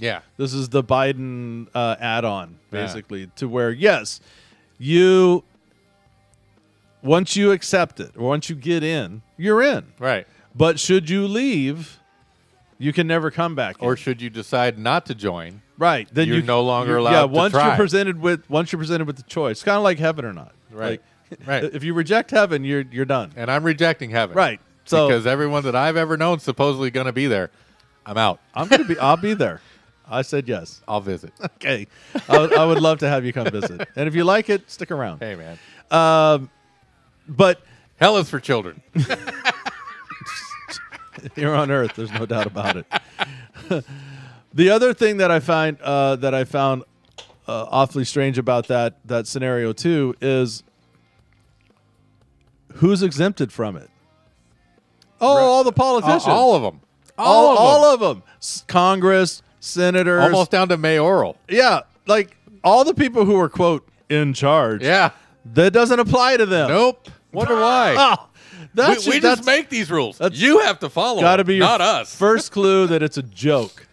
[SPEAKER 1] Yeah.
[SPEAKER 2] This is the Biden uh, add-on,
[SPEAKER 1] Yeah.
[SPEAKER 2] basically, to where yes, you once you accept it, or once you get in, you're in.
[SPEAKER 1] Right.
[SPEAKER 2] But should you leave, you can never come back. in.
[SPEAKER 1] Or should you decide not to join?
[SPEAKER 2] right, then
[SPEAKER 1] you're
[SPEAKER 2] you,
[SPEAKER 1] no longer
[SPEAKER 2] you're-
[SPEAKER 1] allowed
[SPEAKER 2] Yeah,
[SPEAKER 1] to
[SPEAKER 2] once
[SPEAKER 1] try.
[SPEAKER 2] you're presented with once you're presented with the choice, kind of like heaven or not.
[SPEAKER 1] Right.
[SPEAKER 2] Like,
[SPEAKER 1] Right.
[SPEAKER 2] If you reject heaven, you're you're done.
[SPEAKER 1] And I'm rejecting heaven.
[SPEAKER 2] Right. So-
[SPEAKER 1] because everyone that I've ever known supposedly going to be there, I'm out.
[SPEAKER 2] I'm gonna be. I'll be there. I said yes.
[SPEAKER 1] I'll visit.
[SPEAKER 2] Okay. I, would- I would love to have you come visit, and if you like it, stick around.
[SPEAKER 1] hey man,
[SPEAKER 2] But
[SPEAKER 1] hell is for children.
[SPEAKER 2] here on Earth. There's no doubt about it. the other thing that I find uh, that I found uh, awfully strange about that that scenario too is who's exempted from it. Oh, all the politicians,
[SPEAKER 1] all of them.
[SPEAKER 2] all,
[SPEAKER 1] All, of
[SPEAKER 2] all
[SPEAKER 1] them.
[SPEAKER 2] of them. S- Congress, senators,
[SPEAKER 1] Almost down to mayoral.
[SPEAKER 2] yeah, like all the people who are quote in charge.
[SPEAKER 1] Yeah.
[SPEAKER 2] that doesn't apply to them.
[SPEAKER 1] Nope. Wonder why.
[SPEAKER 2] Oh, that
[SPEAKER 1] we
[SPEAKER 2] should-
[SPEAKER 1] we
[SPEAKER 2] that's
[SPEAKER 1] just make these rules.
[SPEAKER 2] that's-
[SPEAKER 1] You have to follow.
[SPEAKER 2] Got to
[SPEAKER 1] them,
[SPEAKER 2] be your
[SPEAKER 1] not us.
[SPEAKER 2] First clue that it's a joke.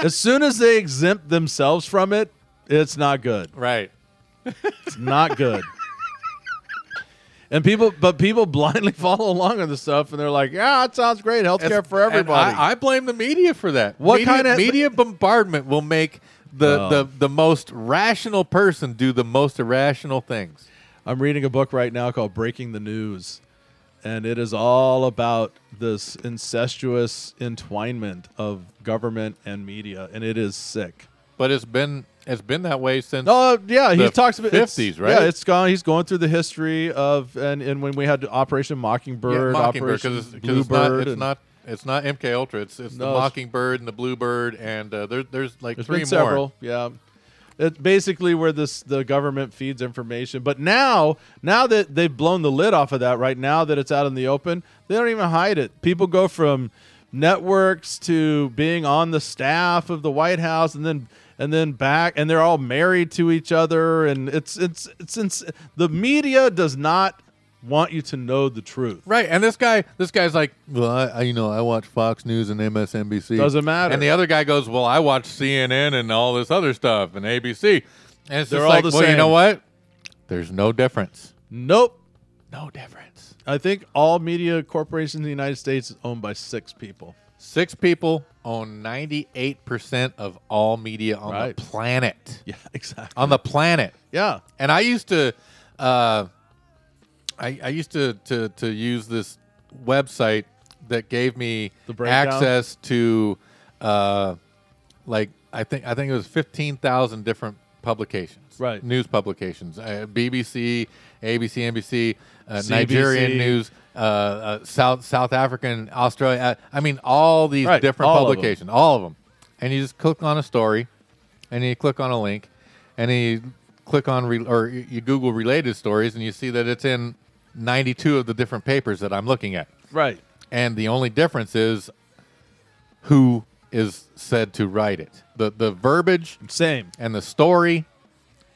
[SPEAKER 2] as soon as they exempt themselves from it, it's not good.
[SPEAKER 1] right.
[SPEAKER 2] It's not good. and people, but people blindly follow along on this stuff, and they're like, "Yeah, it sounds great. Healthcare
[SPEAKER 1] That's-
[SPEAKER 2] for
[SPEAKER 1] and
[SPEAKER 2] everybody."
[SPEAKER 1] I, I blame the media for that.
[SPEAKER 2] What
[SPEAKER 1] media,
[SPEAKER 2] kind of-
[SPEAKER 1] media bombardment will make the,
[SPEAKER 2] Oh.
[SPEAKER 1] the the most rational person do the most irrational things?
[SPEAKER 2] I'm reading a book right now called Breaking the News, and it is all about this incestuous entwinement of government and media, and it is sick.
[SPEAKER 1] But it's been it's been that way since.
[SPEAKER 2] No, uh, yeah, he
[SPEAKER 1] The
[SPEAKER 2] talks about it's-
[SPEAKER 1] 50s, right?
[SPEAKER 2] Yeah, it's gone. He's going through the history of and, and when we had Operation Mockingbird,
[SPEAKER 1] Mockingbird
[SPEAKER 2] Operation
[SPEAKER 1] because it's, 'cause it's not
[SPEAKER 2] Bluebird,
[SPEAKER 1] it's
[SPEAKER 2] and
[SPEAKER 1] not it's not MK Ultra. It's it's
[SPEAKER 2] No,
[SPEAKER 1] the
[SPEAKER 2] it's-
[SPEAKER 1] Mockingbird and the Bluebird and uh, there, there's like
[SPEAKER 2] there's
[SPEAKER 1] three
[SPEAKER 2] been
[SPEAKER 1] more.
[SPEAKER 2] several. Yeah, it's basically where this the government feeds information. But now, now that they've blown the lid off of that, right now that it's out in the open, they don't even hide it. People go from networks to being on the staff of the White House, and then and then back, and they're all married to each other, and it's it's it's, ins- the media does not want you to know the truth.
[SPEAKER 1] Right, and this guy, this guy's like, well, I, I, you know, I watch Fox News and MSNBC.
[SPEAKER 2] Doesn't matter.
[SPEAKER 1] And the other guy goes, well, I watch CNN and all this other stuff and ABC. And it's
[SPEAKER 2] They're
[SPEAKER 1] just
[SPEAKER 2] all
[SPEAKER 1] like,
[SPEAKER 2] the
[SPEAKER 1] well, you know
[SPEAKER 2] same.
[SPEAKER 1] what? There's no difference.
[SPEAKER 2] Nope.
[SPEAKER 1] No difference.
[SPEAKER 2] I think all media corporations in the United States is owned by six people.
[SPEAKER 1] Six people own 98% of all media on
[SPEAKER 2] Right.
[SPEAKER 1] the planet.
[SPEAKER 2] Yeah, exactly.
[SPEAKER 1] On the planet.
[SPEAKER 2] Yeah.
[SPEAKER 1] And I used to, uh, I, I used to, to to use this website that gave me
[SPEAKER 2] The breakdown?
[SPEAKER 1] access to, uh, like I think I think it was fifteen thousand different publications,
[SPEAKER 2] Right.
[SPEAKER 1] News publications, uh, BBC, ABC, NBC, uh,
[SPEAKER 2] CBC.
[SPEAKER 1] Nigerian news, uh, uh, South South African, Australia. uh, I mean, all these
[SPEAKER 2] Right,
[SPEAKER 1] different
[SPEAKER 2] all of 'em.
[SPEAKER 1] publications, all of them, and you just click on a story and you click on a link, and you click on re- or you you Google related stories, and you see that it's in 92 of the different papers that I'm looking at,
[SPEAKER 2] Right.
[SPEAKER 1] and the only difference is who is said to write it. the The verbiage
[SPEAKER 2] Same.
[SPEAKER 1] and the story,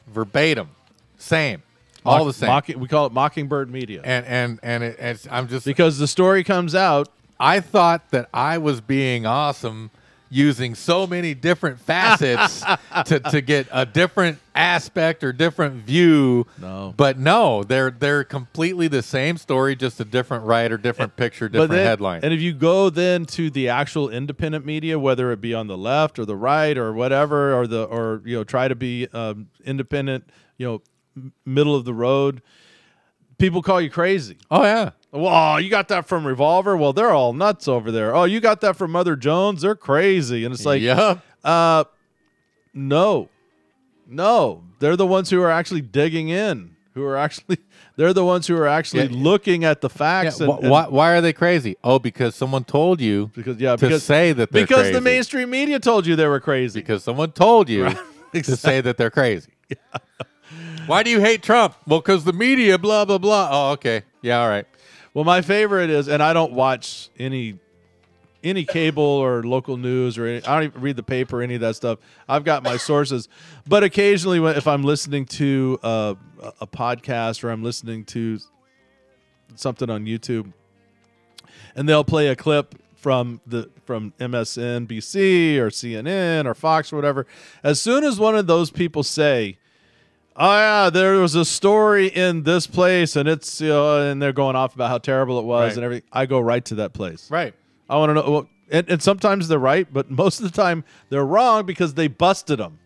[SPEAKER 1] verbatim, same, all
[SPEAKER 2] Mock-
[SPEAKER 1] the same.
[SPEAKER 2] mocking- we call it Mockingbird Media
[SPEAKER 1] and and and it, it's, I'm just
[SPEAKER 2] because the story comes out.
[SPEAKER 1] I thought that I was being awesome using so many different facets to, to get a different aspect or different view.
[SPEAKER 2] No.
[SPEAKER 1] But no, they're they're completely the same story, just a different writer, different picture, different
[SPEAKER 2] then,
[SPEAKER 1] headline.
[SPEAKER 2] And if you go then to the actual independent media, whether it be on the left or the right or whatever, or the or you know try to be um, independent, you know, m- middle of the road, people call you crazy.
[SPEAKER 1] oh yeah.
[SPEAKER 2] Well, you got that from Revolver. Well, they're all nuts over there. Oh, you got that from Mother Jones. They're crazy. And it's like,
[SPEAKER 1] yep.
[SPEAKER 2] uh, no, no. They're the ones who are actually digging in. Who are actually? They're the ones who are actually
[SPEAKER 1] Yeah.
[SPEAKER 2] looking at the
[SPEAKER 1] Yeah,
[SPEAKER 2] facts.
[SPEAKER 1] wh-
[SPEAKER 2] and, and-
[SPEAKER 1] why, why are they crazy? Oh, because someone told you
[SPEAKER 2] because yeah,
[SPEAKER 1] to
[SPEAKER 2] because
[SPEAKER 1] say that they're
[SPEAKER 2] because the
[SPEAKER 1] crazy.
[SPEAKER 2] mainstream media told you they were crazy.
[SPEAKER 1] because someone told you to say that they're crazy. Why do you hate Trump? Well, because the media, blah blah blah. Oh, okay, yeah, all right.
[SPEAKER 2] Well, my favorite is, and I don't watch any any cable or local news or any, I don't even read the paper, any of that stuff. I've got my sources, but occasionally, when, if I'm listening to uh, a- a podcast or I'm listening to something on YouTube, and they'll play a clip from the from MSNBC or CNN or Fox or whatever. As soon as one of those people say, "Oh yeah, there was a story in this place," and it's you know, and they're going off about how terrible it was
[SPEAKER 1] Right.
[SPEAKER 2] and everything, I go right to that place.
[SPEAKER 1] Right.
[SPEAKER 2] I want to know. Well, and, and sometimes they're right, but most of the time they're wrong because they busted them.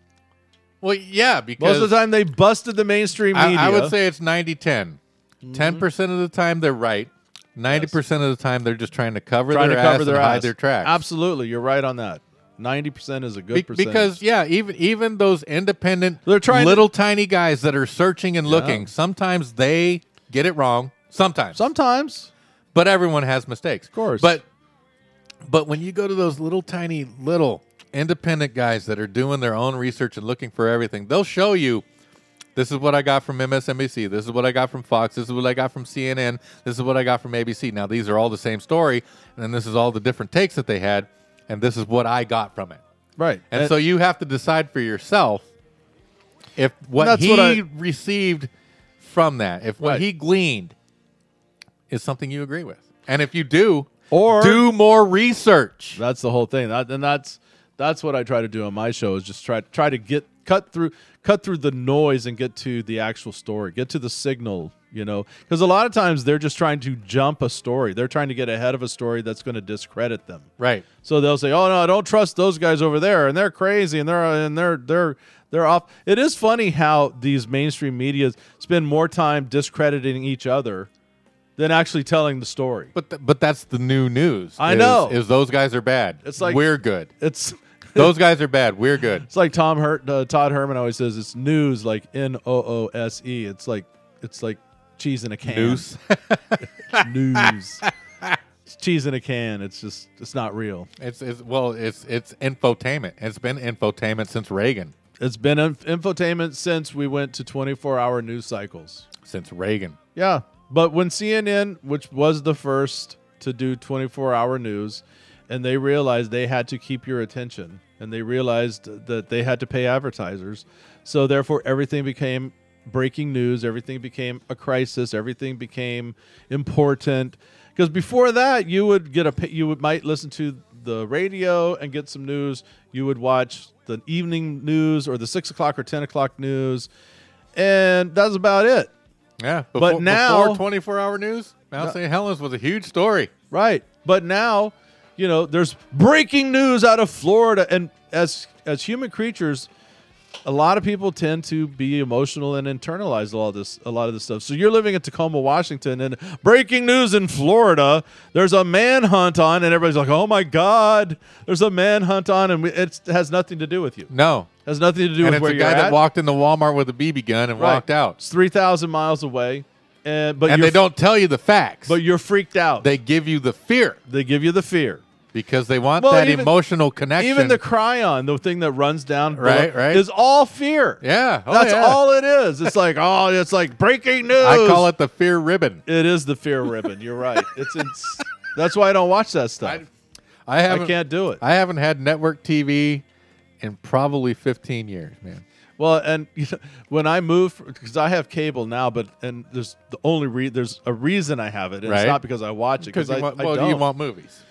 [SPEAKER 1] Well, yeah, because
[SPEAKER 2] Most of the time they busted the mainstream
[SPEAKER 1] I,
[SPEAKER 2] media.
[SPEAKER 1] I would say it's 90 10. 10% of the time they're right. 90% of the time they're just trying to cover
[SPEAKER 2] trying
[SPEAKER 1] their
[SPEAKER 2] to
[SPEAKER 1] ass
[SPEAKER 2] cover their
[SPEAKER 1] and
[SPEAKER 2] eyes.
[SPEAKER 1] hide their tracks.
[SPEAKER 2] Absolutely, you're right on that. Ninety percent is a good
[SPEAKER 1] Be-
[SPEAKER 2] percentage.
[SPEAKER 1] because yeah, even even those independent
[SPEAKER 2] They're trying to-
[SPEAKER 1] little tiny guys that are searching and looking, sometimes they get it wrong. Sometimes.
[SPEAKER 2] sometimes
[SPEAKER 1] but everyone has mistakes. Of
[SPEAKER 2] course.
[SPEAKER 1] But but when you go to those little tiny little independent guys that are doing their own research and looking for everything, they'll show you this is what I got from MSNBC. This is what I got from Fox. This is what I got from CNN. This is what I got from ABC. Now these are all the same story, and then this is all the different takes that they had, and this is what I got from it.
[SPEAKER 2] right,
[SPEAKER 1] And, so you have to decide for yourself if what
[SPEAKER 2] That's
[SPEAKER 1] he
[SPEAKER 2] what I-
[SPEAKER 1] received from that, if what
[SPEAKER 2] Right.
[SPEAKER 1] he gleaned is something you agree with. And if you do,
[SPEAKER 2] Or-
[SPEAKER 1] do more research.
[SPEAKER 2] that's the whole thing. That, and that's that's what I try to do on my show is just try try to get cut through cut through the noise and get to the actual story, get to the signal. You know, because a lot of times they're just trying to jump a story. They're trying to get ahead of a story that's going to discredit them.
[SPEAKER 1] Right.
[SPEAKER 2] So they'll say, "Oh no, don't trust those guys over there, and they're crazy, and they're and they're they're they're off." It is funny how these mainstream medias spend more time discrediting each other than actually telling the story.
[SPEAKER 1] But th- but that's the new news.
[SPEAKER 2] I
[SPEAKER 1] is-
[SPEAKER 2] know.
[SPEAKER 1] Is those guys are bad.
[SPEAKER 2] It's like-
[SPEAKER 1] we're good.
[SPEAKER 2] It's
[SPEAKER 1] Those guys are bad. We're good.
[SPEAKER 2] it's like Tom Hurt, uh, Todd Herman always says, "It's news, like N O O S E." It's like it's like cheese in a can.
[SPEAKER 1] News.
[SPEAKER 2] news. It's cheese in a can. It's just it's not real.
[SPEAKER 1] It's, it's well, it's it's infotainment. It's been infotainment since Reagan.
[SPEAKER 2] It's been inf- infotainment since we went to twenty four hour news cycles.
[SPEAKER 1] Since Reagan.
[SPEAKER 2] Yeah. But when CNN, which was the first to do 24 hour news, and they realized they had to keep your attention and they realized that they had to pay advertisers. So, therefore, everything became breaking news, everything became a crisis, everything became important. Because before that, you would get a pa- you would might listen to the radio and get some news. You would watch the evening news or the six o'clock or ten o'clock news, and that's about it.
[SPEAKER 1] Yeah.
[SPEAKER 2] But now-
[SPEAKER 1] twenty four hour news. Mount St. Helens was a huge story.
[SPEAKER 2] Right. But now, you know, there's breaking news out of Florida and as as human creatures, a lot of people tend to be emotional and internalize a lot of this a lot of this stuff. So you're living in Tacoma, Washington and breaking news in Florida, there's a manhunt on and everybody's like, "Oh my god, there's a manhunt on and we, it's, it has nothing to do with you."
[SPEAKER 1] No,
[SPEAKER 2] has nothing to
[SPEAKER 1] and
[SPEAKER 2] do with
[SPEAKER 1] it's
[SPEAKER 2] where
[SPEAKER 1] a
[SPEAKER 2] you're
[SPEAKER 1] guy
[SPEAKER 2] at.
[SPEAKER 1] that walked in the Walmart with a BB gun and
[SPEAKER 2] Right.
[SPEAKER 1] walked out.
[SPEAKER 2] It's 3,000 miles away. And but
[SPEAKER 1] And
[SPEAKER 2] you're
[SPEAKER 1] they don't tell you the facts.
[SPEAKER 2] but you're freaked out.
[SPEAKER 1] they give you the fear
[SPEAKER 2] they give you the fear.
[SPEAKER 1] because they want
[SPEAKER 2] Well,
[SPEAKER 1] that
[SPEAKER 2] even-
[SPEAKER 1] emotional connection.
[SPEAKER 2] Even the cryon, the thing that runs down, below,
[SPEAKER 1] Right, right.
[SPEAKER 2] is all fear.
[SPEAKER 1] yeah, oh,
[SPEAKER 2] that's
[SPEAKER 1] yeah.
[SPEAKER 2] all it is. It's like, oh, it's like breaking news.
[SPEAKER 1] I call it the fear ribbon.
[SPEAKER 2] It is the fear ribbon. You're right. It's ins- that's why I don't watch that stuff.
[SPEAKER 1] I, I
[SPEAKER 2] I,
[SPEAKER 1] haven't. I,
[SPEAKER 2] can't do it.
[SPEAKER 1] haven't had network TV in probably 15 years, man.
[SPEAKER 2] Well, and you know, when I moved, because I have cable now, but and there's the only re- there's a reason I have it. And It's
[SPEAKER 1] Right.
[SPEAKER 2] not because I watch it because
[SPEAKER 1] you
[SPEAKER 2] I,
[SPEAKER 1] want,
[SPEAKER 2] I
[SPEAKER 1] well,
[SPEAKER 2] don't.
[SPEAKER 1] you want movies.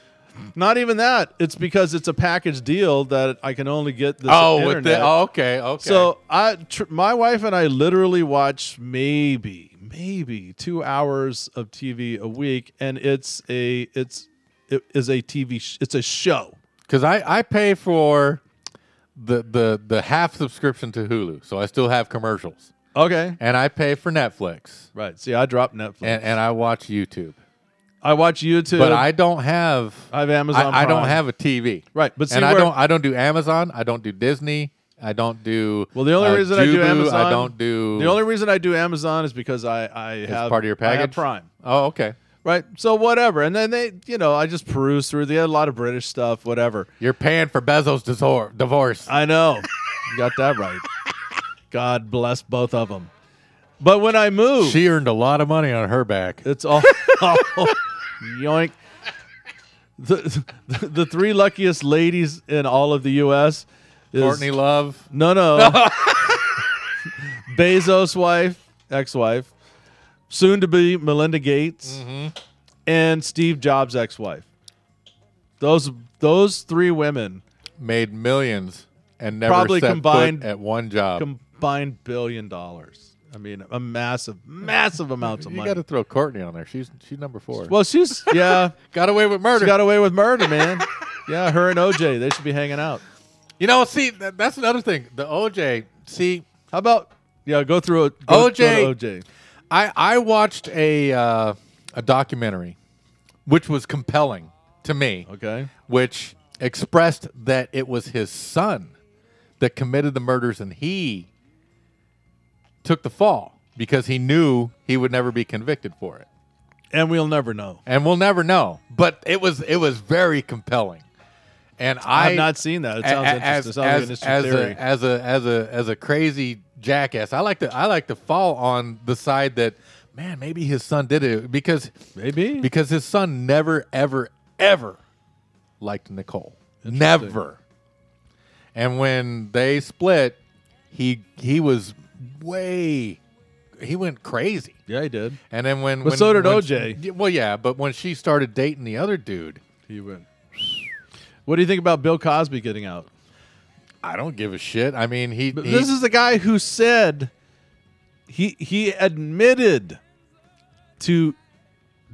[SPEAKER 2] not even that. It's because it's a package deal that I can only get this
[SPEAKER 1] Oh,
[SPEAKER 2] internet.
[SPEAKER 1] with the, oh, okay, okay.
[SPEAKER 2] So I, tr- my wife and I literally watch maybe, maybe two hours of TV a week, and it's a, it's, it is a TV, sh- it's a show.
[SPEAKER 1] because I, I pay for the the the half subscription to Hulu, so I still have commercials,
[SPEAKER 2] Okay.
[SPEAKER 1] and I pay for Netflix,
[SPEAKER 2] Right. See, I dropped Netflix.
[SPEAKER 1] and and I watch YouTube.
[SPEAKER 2] I watch YouTube.
[SPEAKER 1] but I don't have
[SPEAKER 2] I have Amazon.
[SPEAKER 1] I, I don't
[SPEAKER 2] Prime.
[SPEAKER 1] have a TV.
[SPEAKER 2] Right, but see
[SPEAKER 1] and I
[SPEAKER 2] where-
[SPEAKER 1] don't I don't do Amazon. I don't do Disney. I don't do
[SPEAKER 2] Well, the only
[SPEAKER 1] uh,
[SPEAKER 2] reason I do
[SPEAKER 1] Juboo,
[SPEAKER 2] Amazon,
[SPEAKER 1] I don't do
[SPEAKER 2] the only reason I do Amazon is because I, I have
[SPEAKER 1] part of your
[SPEAKER 2] I have
[SPEAKER 1] package?
[SPEAKER 2] Prime.
[SPEAKER 1] Oh, okay.
[SPEAKER 2] Right. So whatever, and then they, you know, I just peruse through. They had a lot of British stuff. Whatever.
[SPEAKER 1] You're paying for Bezos' disor- divorce.
[SPEAKER 2] I know. you got that right. God bless both of them. But when I moved,
[SPEAKER 1] she earned a lot of money on her back.
[SPEAKER 2] it's all, yoink. The, the the three luckiest ladies in all of the U.S. is
[SPEAKER 1] Courtney Love.
[SPEAKER 2] no no Bezos' wife ex-wife soon to be Melinda Gates, and Steve Jobs' ex-wife. Those those three women
[SPEAKER 1] made millions and never
[SPEAKER 2] Probably
[SPEAKER 1] set
[SPEAKER 2] combined-
[SPEAKER 1] foot at one job.
[SPEAKER 2] combined billion dollars. I mean, a massive, massive amounts of
[SPEAKER 1] you
[SPEAKER 2] money.
[SPEAKER 1] got to throw Courtney on there. She's she's number four.
[SPEAKER 2] well, she's yeah,
[SPEAKER 1] got away with
[SPEAKER 2] she
[SPEAKER 1] murder.
[SPEAKER 2] got away with murder, man. Yeah, her and OJ, they should be hanging out.
[SPEAKER 1] you know, see, that, that's another thing. The OJ. See,
[SPEAKER 2] How about yeah? Go through it. Go, go to
[SPEAKER 1] OJ.
[SPEAKER 2] OJ.
[SPEAKER 1] I I watched a uh, a documentary, which was compelling to me,
[SPEAKER 2] Okay.
[SPEAKER 1] which expressed that it was his son that committed the murders, and he took the fall because he knew he would never be convicted for it.
[SPEAKER 2] And we'll never know.
[SPEAKER 1] and we'll never know. But it was it was very compelling, and I
[SPEAKER 2] I've not seen that. It sounds
[SPEAKER 1] a- a-
[SPEAKER 2] interesting. It
[SPEAKER 1] As,
[SPEAKER 2] sounds like
[SPEAKER 1] as-
[SPEAKER 2] an interesting
[SPEAKER 1] as
[SPEAKER 2] theory.
[SPEAKER 1] a as a as a as a crazy jackass, I like to I like to fall on the side that man maybe his son did it because
[SPEAKER 2] Maybe.
[SPEAKER 1] because his son never ever ever liked Nicole never, and when they split, he he was way he went crazy.
[SPEAKER 2] yeah, he did.
[SPEAKER 1] And then when,
[SPEAKER 2] But
[SPEAKER 1] when-
[SPEAKER 2] so did
[SPEAKER 1] when-
[SPEAKER 2] OJ.
[SPEAKER 1] y- well, yeah, but when she started dating the other dude,
[SPEAKER 2] He went. What do you think about Bill Cosby getting out?
[SPEAKER 1] I don't give a shit. I mean, he,
[SPEAKER 2] But
[SPEAKER 1] he-
[SPEAKER 2] this is the guy who said he he admitted to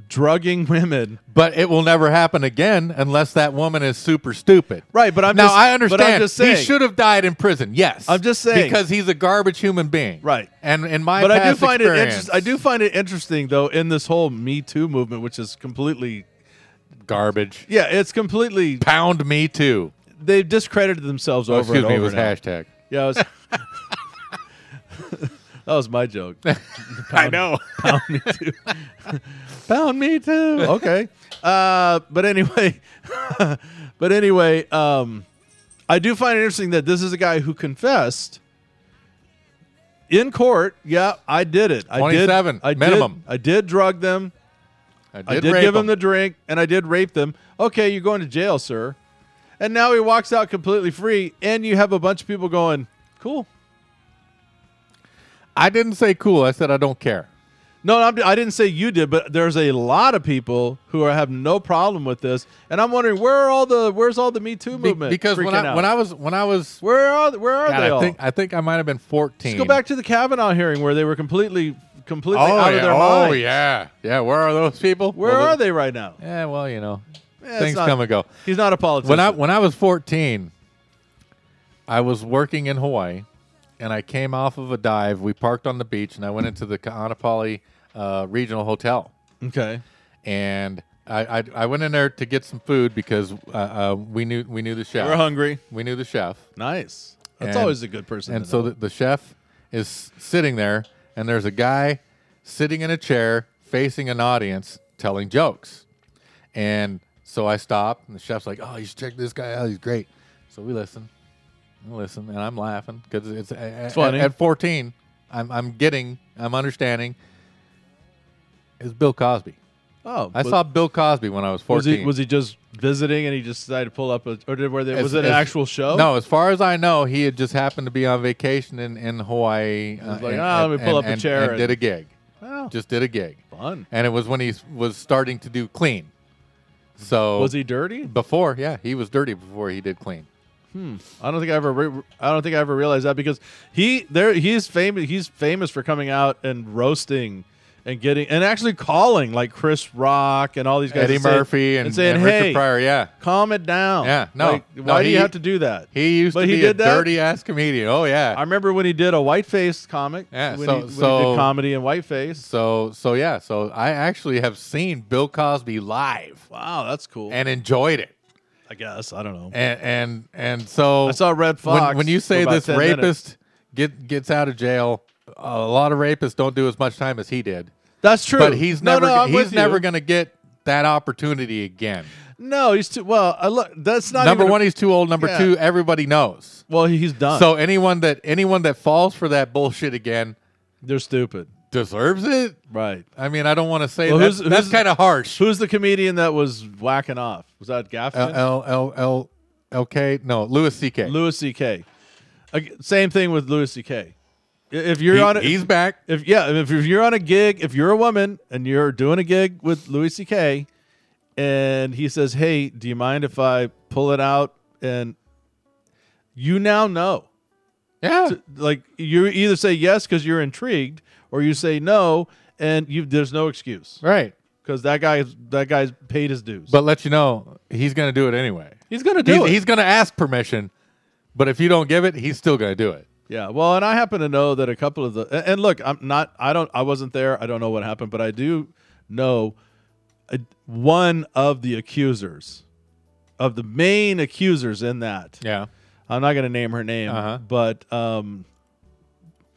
[SPEAKER 2] drugging women.
[SPEAKER 1] but it will never happen again unless that woman is super stupid.
[SPEAKER 2] Right, but I'm
[SPEAKER 1] now
[SPEAKER 2] just-
[SPEAKER 1] I
[SPEAKER 2] but
[SPEAKER 1] understand.
[SPEAKER 2] I'm just saying-
[SPEAKER 1] he should have died in prison. Yes,
[SPEAKER 2] I'm just saying.
[SPEAKER 1] because he's a garbage human being.
[SPEAKER 2] Right.
[SPEAKER 1] and in my
[SPEAKER 2] but I do
[SPEAKER 1] past
[SPEAKER 2] find it
[SPEAKER 1] experience,
[SPEAKER 2] interest, I do find it interesting though in this whole Me Too movement, which is completely
[SPEAKER 1] garbage.
[SPEAKER 2] yeah, it's completely
[SPEAKER 1] Pound me too.
[SPEAKER 2] they've discredited themselves
[SPEAKER 1] Oh,
[SPEAKER 2] over
[SPEAKER 1] excuse
[SPEAKER 2] and
[SPEAKER 1] me,
[SPEAKER 2] over.
[SPEAKER 1] it was
[SPEAKER 2] now.
[SPEAKER 1] hashtag.
[SPEAKER 2] Yeah, it was, that was my joke.
[SPEAKER 1] I know.
[SPEAKER 2] Found me too. Okay. Uh, but anyway, but anyway, um, I do find it interesting that this is a guy who confessed in court. Yeah, I did it. I did.
[SPEAKER 1] 27,
[SPEAKER 2] I did-
[SPEAKER 1] minimum.
[SPEAKER 2] I did drug them.
[SPEAKER 1] I did,
[SPEAKER 2] I did
[SPEAKER 1] rape
[SPEAKER 2] give him.
[SPEAKER 1] him
[SPEAKER 2] the drink, and I did rape them. Okay, you're going to jail, sir. And now he walks out completely free, and you have a bunch of people going, "Cool."
[SPEAKER 1] I didn't say cool. I said I don't care.
[SPEAKER 2] No, I'm, I didn't say you did, but there's a lot of people who are, have no problem with this, and I'm wondering where are all the where's all the Me Too
[SPEAKER 1] Be-
[SPEAKER 2] movement?
[SPEAKER 1] because when
[SPEAKER 2] freaking
[SPEAKER 1] I
[SPEAKER 2] out?
[SPEAKER 1] when I was when I was
[SPEAKER 2] where are where are
[SPEAKER 1] God,
[SPEAKER 2] they
[SPEAKER 1] I
[SPEAKER 2] all?
[SPEAKER 1] think I think I might have been fourteen.
[SPEAKER 2] Let's go back to the Kavanaugh hearing where they were completely completely
[SPEAKER 1] yeah.
[SPEAKER 2] out of their
[SPEAKER 1] oh
[SPEAKER 2] mind.
[SPEAKER 1] yeah, yeah. Where are those people?
[SPEAKER 2] Where are they right now?
[SPEAKER 1] Yeah, well, you know,
[SPEAKER 2] Eh, it's
[SPEAKER 1] things
[SPEAKER 2] not-
[SPEAKER 1] come and go.
[SPEAKER 2] He's not a politician.
[SPEAKER 1] When I when I was fourteen, I was working in Hawaii, and I came off of a dive. We parked on the beach, and I went into the Kaanapali uh, Regional Hotel,
[SPEAKER 2] okay,
[SPEAKER 1] and I, I I went in there to get some food because uh, uh, we knew we knew the chef.
[SPEAKER 2] we're hungry.
[SPEAKER 1] We knew the chef.
[SPEAKER 2] Nice. That's
[SPEAKER 1] And-
[SPEAKER 2] always a good person.
[SPEAKER 1] and
[SPEAKER 2] to
[SPEAKER 1] so
[SPEAKER 2] know.
[SPEAKER 1] the, the chef is sitting there and there's a guy sitting in a chair facing an audience telling jokes and so i stop and the chef's like oh you should check this guy out he's great so we listen and listen and i'm laughing because it's, it's
[SPEAKER 2] funny.
[SPEAKER 1] At, 14 I'm, I'm getting i'm understanding is bill cosby
[SPEAKER 2] oh,
[SPEAKER 1] i
[SPEAKER 2] but
[SPEAKER 1] saw bill cosby when i was 14
[SPEAKER 2] Was he was he just visiting and he just decided to pull up a or did were they,
[SPEAKER 1] As-
[SPEAKER 2] was it an
[SPEAKER 1] as-
[SPEAKER 2] actual show?
[SPEAKER 1] No, as far as I know, he had just happened to be on vacation in, in Hawaii. uh,
[SPEAKER 2] was like,
[SPEAKER 1] and-
[SPEAKER 2] "Ah, let me
[SPEAKER 1] and-
[SPEAKER 2] pull up a
[SPEAKER 1] and-
[SPEAKER 2] chair
[SPEAKER 1] And,
[SPEAKER 2] and-
[SPEAKER 1] did a gig.
[SPEAKER 2] Well,
[SPEAKER 1] Just did a gig.
[SPEAKER 2] Oh, fun.
[SPEAKER 1] And it was when he s- was starting to do clean. So
[SPEAKER 2] Was he dirty?
[SPEAKER 1] before, yeah, he was dirty before he did clean.
[SPEAKER 2] I don't think I ever. Re- I don't think I ever realized that because he there he's famous. He's famous for coming out and roasting and getting and actually calling like Chris Rock and all these guys.
[SPEAKER 1] Eddie
[SPEAKER 2] and saying-
[SPEAKER 1] Murphy and,
[SPEAKER 2] saying,
[SPEAKER 1] and
[SPEAKER 2] "Hey,
[SPEAKER 1] Richard Pryor, yeah.
[SPEAKER 2] calm it down."
[SPEAKER 1] Yeah, no,
[SPEAKER 2] Like,
[SPEAKER 1] no,
[SPEAKER 2] why do you
[SPEAKER 1] he-
[SPEAKER 2] have to do that?
[SPEAKER 1] He used
[SPEAKER 2] But
[SPEAKER 1] to
[SPEAKER 2] he
[SPEAKER 1] be
[SPEAKER 2] did
[SPEAKER 1] a
[SPEAKER 2] that?
[SPEAKER 1] dirty ass comedian. Oh yeah.
[SPEAKER 2] I remember when he did a whiteface comic.
[SPEAKER 1] Yeah,
[SPEAKER 2] when,
[SPEAKER 1] so-
[SPEAKER 2] he, when he
[SPEAKER 1] so-
[SPEAKER 2] did comedy in whiteface.
[SPEAKER 1] so so yeah, so I actually have seen Bill Cosby live
[SPEAKER 2] Wow, that's cool.
[SPEAKER 1] and enjoyed it.
[SPEAKER 2] I guess I don't know.
[SPEAKER 1] And and and so
[SPEAKER 2] I saw Red
[SPEAKER 1] When-
[SPEAKER 2] Fox
[SPEAKER 1] When, you
[SPEAKER 2] for
[SPEAKER 1] say
[SPEAKER 2] about
[SPEAKER 1] this
[SPEAKER 2] 10 minutes.
[SPEAKER 1] rapist get gets out of jail, a lot of rapists don't do as much time as he did.
[SPEAKER 2] That's true.
[SPEAKER 1] But he's
[SPEAKER 2] No,
[SPEAKER 1] never
[SPEAKER 2] no, I'm with
[SPEAKER 1] he's
[SPEAKER 2] you.
[SPEAKER 1] never going to get that opportunity again.
[SPEAKER 2] No, he's too. Well, I look. That's not
[SPEAKER 1] number
[SPEAKER 2] even a-
[SPEAKER 1] one, he's too old. Number
[SPEAKER 2] Yeah.
[SPEAKER 1] two, everybody knows.
[SPEAKER 2] well, he's done.
[SPEAKER 1] So anyone that anyone that falls for that bullshit again
[SPEAKER 2] they're stupid.
[SPEAKER 1] deserves it.
[SPEAKER 2] Right.
[SPEAKER 1] I mean, I don't want to say
[SPEAKER 2] Well,
[SPEAKER 1] that.
[SPEAKER 2] who's-
[SPEAKER 1] that's
[SPEAKER 2] who's-
[SPEAKER 1] kind of harsh.
[SPEAKER 2] Who's the comedian that was whacking off? Was that
[SPEAKER 1] L
[SPEAKER 2] Gaffin?
[SPEAKER 1] L L L L K. No, Louis C K.
[SPEAKER 2] Louis C.K. Ag- Same thing with Louis C.K. If you're
[SPEAKER 1] He-
[SPEAKER 2] on, a,
[SPEAKER 1] he's back.
[SPEAKER 2] if yeah, if, if you're on a gig, if you're a woman and you're doing a gig with Louis C.K. and he says, "Hey, do you mind if I pull it out?" and you now know,
[SPEAKER 1] Yeah.
[SPEAKER 2] like you either say yes because you're intrigued, or you say no, and you there's no excuse
[SPEAKER 1] Right.
[SPEAKER 2] because that guy that guy's paid his dues.
[SPEAKER 1] But let you know, he's going to do it anyway.
[SPEAKER 2] he's gonna do
[SPEAKER 1] He's,
[SPEAKER 2] it.
[SPEAKER 1] he's going to ask permission, but if you don't give it, he's still going to do it.
[SPEAKER 2] Yeah, well, and I happen to know that a couple of the a- and look, I'm not, I don't, I wasn't there, I don't know what happened, but I do know uh, one of the accusers, of the main accusers in that.
[SPEAKER 1] Yeah.
[SPEAKER 2] I'm not going to name her name,
[SPEAKER 1] Uh-huh.
[SPEAKER 2] but um,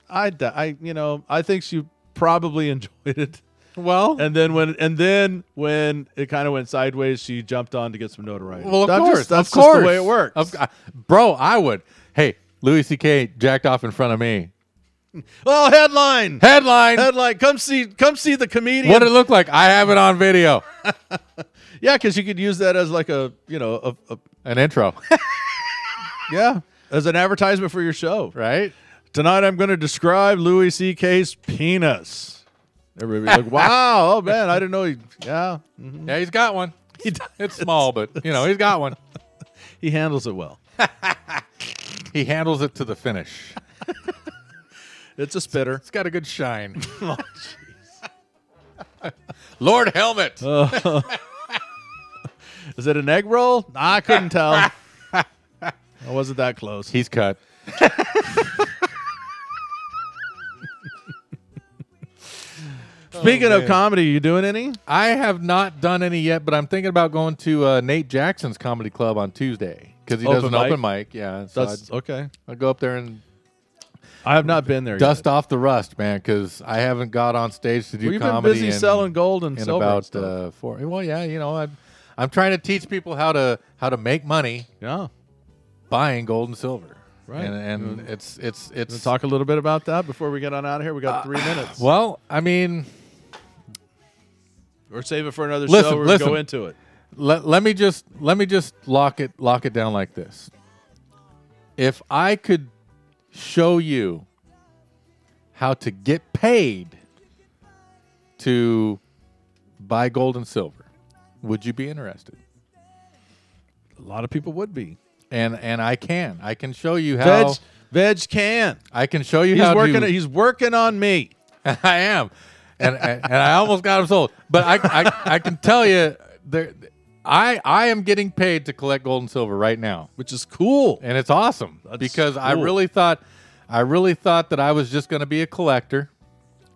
[SPEAKER 2] I, d- I, you know, I think she probably enjoyed it,
[SPEAKER 1] Well,
[SPEAKER 2] and then when, and then when it kind of went sideways, she jumped on to get some notoriety.
[SPEAKER 1] well, of
[SPEAKER 2] I'm
[SPEAKER 1] course.
[SPEAKER 2] just- that's
[SPEAKER 1] of
[SPEAKER 2] just
[SPEAKER 1] course.
[SPEAKER 2] the way it works.
[SPEAKER 1] Of- uh, bro, I would. Hey, Louis C.K. jacked off in front of me.
[SPEAKER 2] well, headline.
[SPEAKER 1] Headline.
[SPEAKER 2] Headline, come see, come see the comedian.
[SPEAKER 1] What it look like? I have it on video.
[SPEAKER 2] Yeah, because you could use that as like a you know a, a
[SPEAKER 1] An intro,
[SPEAKER 2] yeah as an advertisement for your show.
[SPEAKER 1] right?
[SPEAKER 2] Tonight I'm going to describe Louis C.K.'s penis. Everybody's like, "Wow, oh man, I didn't know he." Yeah, mhm.
[SPEAKER 1] Yeah, he's got one.
[SPEAKER 2] he does.
[SPEAKER 1] It's small, but you know, he's got one.
[SPEAKER 2] He handles it well.
[SPEAKER 1] He handles it to the finish.
[SPEAKER 2] It's a spitter.
[SPEAKER 1] It's got a good shine. Lord Helmet.
[SPEAKER 2] Is it an egg roll? I couldn't tell. I wasn't that close.
[SPEAKER 1] He's cut.
[SPEAKER 2] Speaking of comedy, you doing any?
[SPEAKER 1] I have not done any yet, but I'm thinking about going to uh, Nate Jackson's comedy club on Tuesday because he does
[SPEAKER 2] Open
[SPEAKER 1] an
[SPEAKER 2] mic?
[SPEAKER 1] open mic. Yeah, so I'd,
[SPEAKER 2] That's okay.
[SPEAKER 1] I'll go up there and
[SPEAKER 2] I have not been there.
[SPEAKER 1] dust off the rust, man, because I haven't got on stage to do
[SPEAKER 2] yet. We've been
[SPEAKER 1] comedy.
[SPEAKER 2] busy
[SPEAKER 1] in-
[SPEAKER 2] selling gold and
[SPEAKER 1] in
[SPEAKER 2] silver. and
[SPEAKER 1] about
[SPEAKER 2] stuff.
[SPEAKER 1] uh, four. Well, yeah, you know, I'm I'm trying to teach people how to how to make money
[SPEAKER 2] yeah.
[SPEAKER 1] buying gold and silver.
[SPEAKER 2] Right.
[SPEAKER 1] and, and it's it's
[SPEAKER 2] We'll
[SPEAKER 1] it's
[SPEAKER 2] talk a little bit about that before we get on out of here. We got three minutes.
[SPEAKER 1] well, I mean.
[SPEAKER 2] or save it for another
[SPEAKER 1] Listen,
[SPEAKER 2] show or
[SPEAKER 1] listen.
[SPEAKER 2] go into it.
[SPEAKER 1] let, let me just let me just lock it lock it down like this. If I could show you how to get paid to buy gold and silver, would you be interested?
[SPEAKER 2] A lot of people would be.
[SPEAKER 1] And and I can. I can show you how
[SPEAKER 2] Veg, Veg can.
[SPEAKER 1] I can show you
[SPEAKER 2] He's
[SPEAKER 1] how
[SPEAKER 2] working.
[SPEAKER 1] to,
[SPEAKER 2] he's working on me.
[SPEAKER 1] I am, and, and and I almost got him sold. But I I, I can tell you, there, I I am getting paid to collect gold and silver right now,
[SPEAKER 2] Which is cool.
[SPEAKER 1] and it's awesome
[SPEAKER 2] That's
[SPEAKER 1] because I
[SPEAKER 2] cool.
[SPEAKER 1] really thought I really thought that I was just going to be a collector,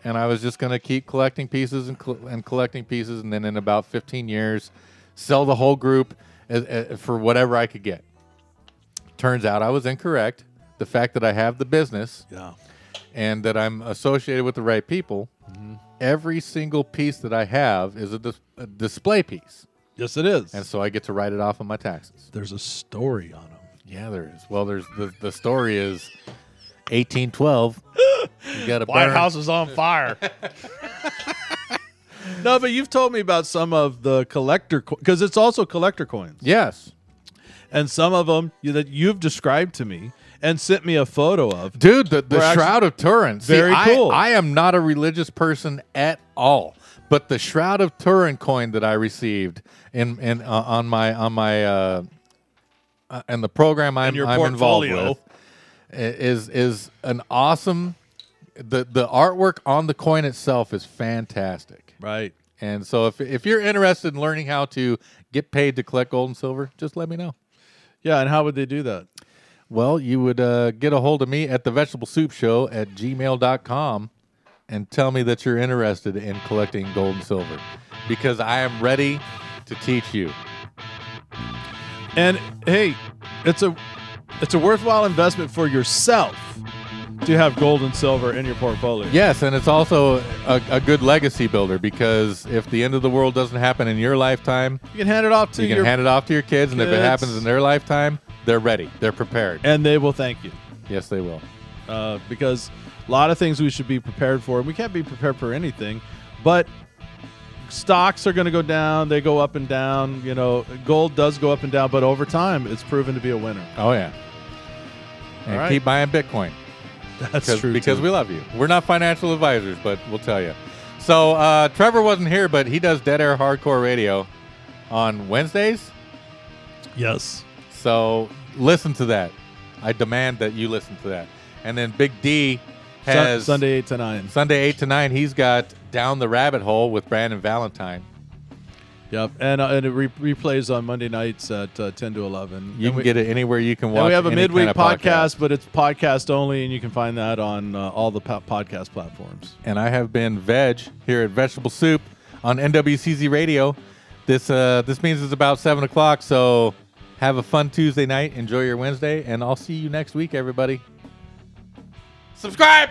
[SPEAKER 1] and I was just going to keep collecting pieces and col and collecting pieces, and then in about fifteen years, sell the whole group as, as, for whatever I could get. Turns out I was incorrect. The fact that I have the business
[SPEAKER 2] Yeah.
[SPEAKER 1] and that I'm associated with the right people,
[SPEAKER 2] Mm-hmm.
[SPEAKER 1] every single piece that I have is a, dis- a display piece,
[SPEAKER 2] Yes, it is.
[SPEAKER 1] and so I get to write it off on my taxes.
[SPEAKER 2] There's a story on him.
[SPEAKER 1] Yeah, there is. Well, there's the the story is 1812. You got a
[SPEAKER 2] White
[SPEAKER 1] burn.
[SPEAKER 2] House is on fire. no, but you've told me about some of the collector because it's also collector coins.
[SPEAKER 1] Yes,
[SPEAKER 2] and some of them you, that you've described to me and sent me a photo of.
[SPEAKER 1] dude. The, the
[SPEAKER 2] We're actually-
[SPEAKER 1] Shroud of Turin. See,
[SPEAKER 2] Very
[SPEAKER 1] I-
[SPEAKER 2] cool.
[SPEAKER 1] I am not a religious person at all, but the Shroud of Turin coin that I received in in uh, on my on my uh, uh, and the program I'm,
[SPEAKER 2] your
[SPEAKER 1] I'm involved
[SPEAKER 2] portfolio.
[SPEAKER 1] with i- is is an awesome. The the artwork on the coin itself is fantastic.
[SPEAKER 2] Right.
[SPEAKER 1] And so if if you're interested in learning how to get paid to collect gold and silver, just let me know.
[SPEAKER 2] Yeah, and how would they do that?
[SPEAKER 1] Well, you would uh, get a hold of me at the vegetable soup show at gmail.com and tell me that you're interested in collecting gold and silver because I am ready to teach you.
[SPEAKER 2] And hey, it's a it's a worthwhile investment for yourself to have gold and silver in your portfolio.
[SPEAKER 1] Yes, and it's also a, a good legacy builder because if the end of the world doesn't happen in your lifetime,
[SPEAKER 2] You can hand it off to
[SPEAKER 1] you can
[SPEAKER 2] your
[SPEAKER 1] hand it off to your kids, and if it
[SPEAKER 2] kids.
[SPEAKER 1] happens in their lifetime, they're ready. They're prepared.
[SPEAKER 2] and they will thank you.
[SPEAKER 1] Yes, they will.
[SPEAKER 2] Uh, because a lot of things we should be prepared for, and we can't be prepared for anything, but stocks are going to go down, they go up and down, you know, gold does go up and down, but over time it's proven to be a winner.
[SPEAKER 1] Oh, yeah. And
[SPEAKER 2] All right.
[SPEAKER 1] keep buying Bitcoin.
[SPEAKER 2] That's
[SPEAKER 1] because
[SPEAKER 2] true.
[SPEAKER 1] because
[SPEAKER 2] too.
[SPEAKER 1] we love you. We're not financial advisors, but we'll tell you. So uh, Trevor wasn't here, but he does Dead Air Hardcore Radio on Wednesdays.
[SPEAKER 2] yes.
[SPEAKER 1] So listen to that. I demand that you listen to that. And then Big D
[SPEAKER 2] Sun-
[SPEAKER 1] has
[SPEAKER 2] Sunday eight to nine.
[SPEAKER 1] Sunday eight to nine. He's got Down the Rabbit Hole with Brandon Valentine.
[SPEAKER 2] Yep, and uh, and it re- replays on Monday nights at uh, ten to eleven.
[SPEAKER 1] You
[SPEAKER 2] and
[SPEAKER 1] can
[SPEAKER 2] we,
[SPEAKER 1] get it anywhere you can watch.
[SPEAKER 2] And we have a
[SPEAKER 1] any kind
[SPEAKER 2] midweek
[SPEAKER 1] of
[SPEAKER 2] podcast, but it's podcast only, and you can find that on uh, all the po- podcast platforms.
[SPEAKER 1] and I have been Veg here at Vegetable Soup on NWCZ Radio. This uh, this means it's about seven o'clock. So have a fun Tuesday night. Enjoy your Wednesday, and I'll see you next week, everybody. Subscribe.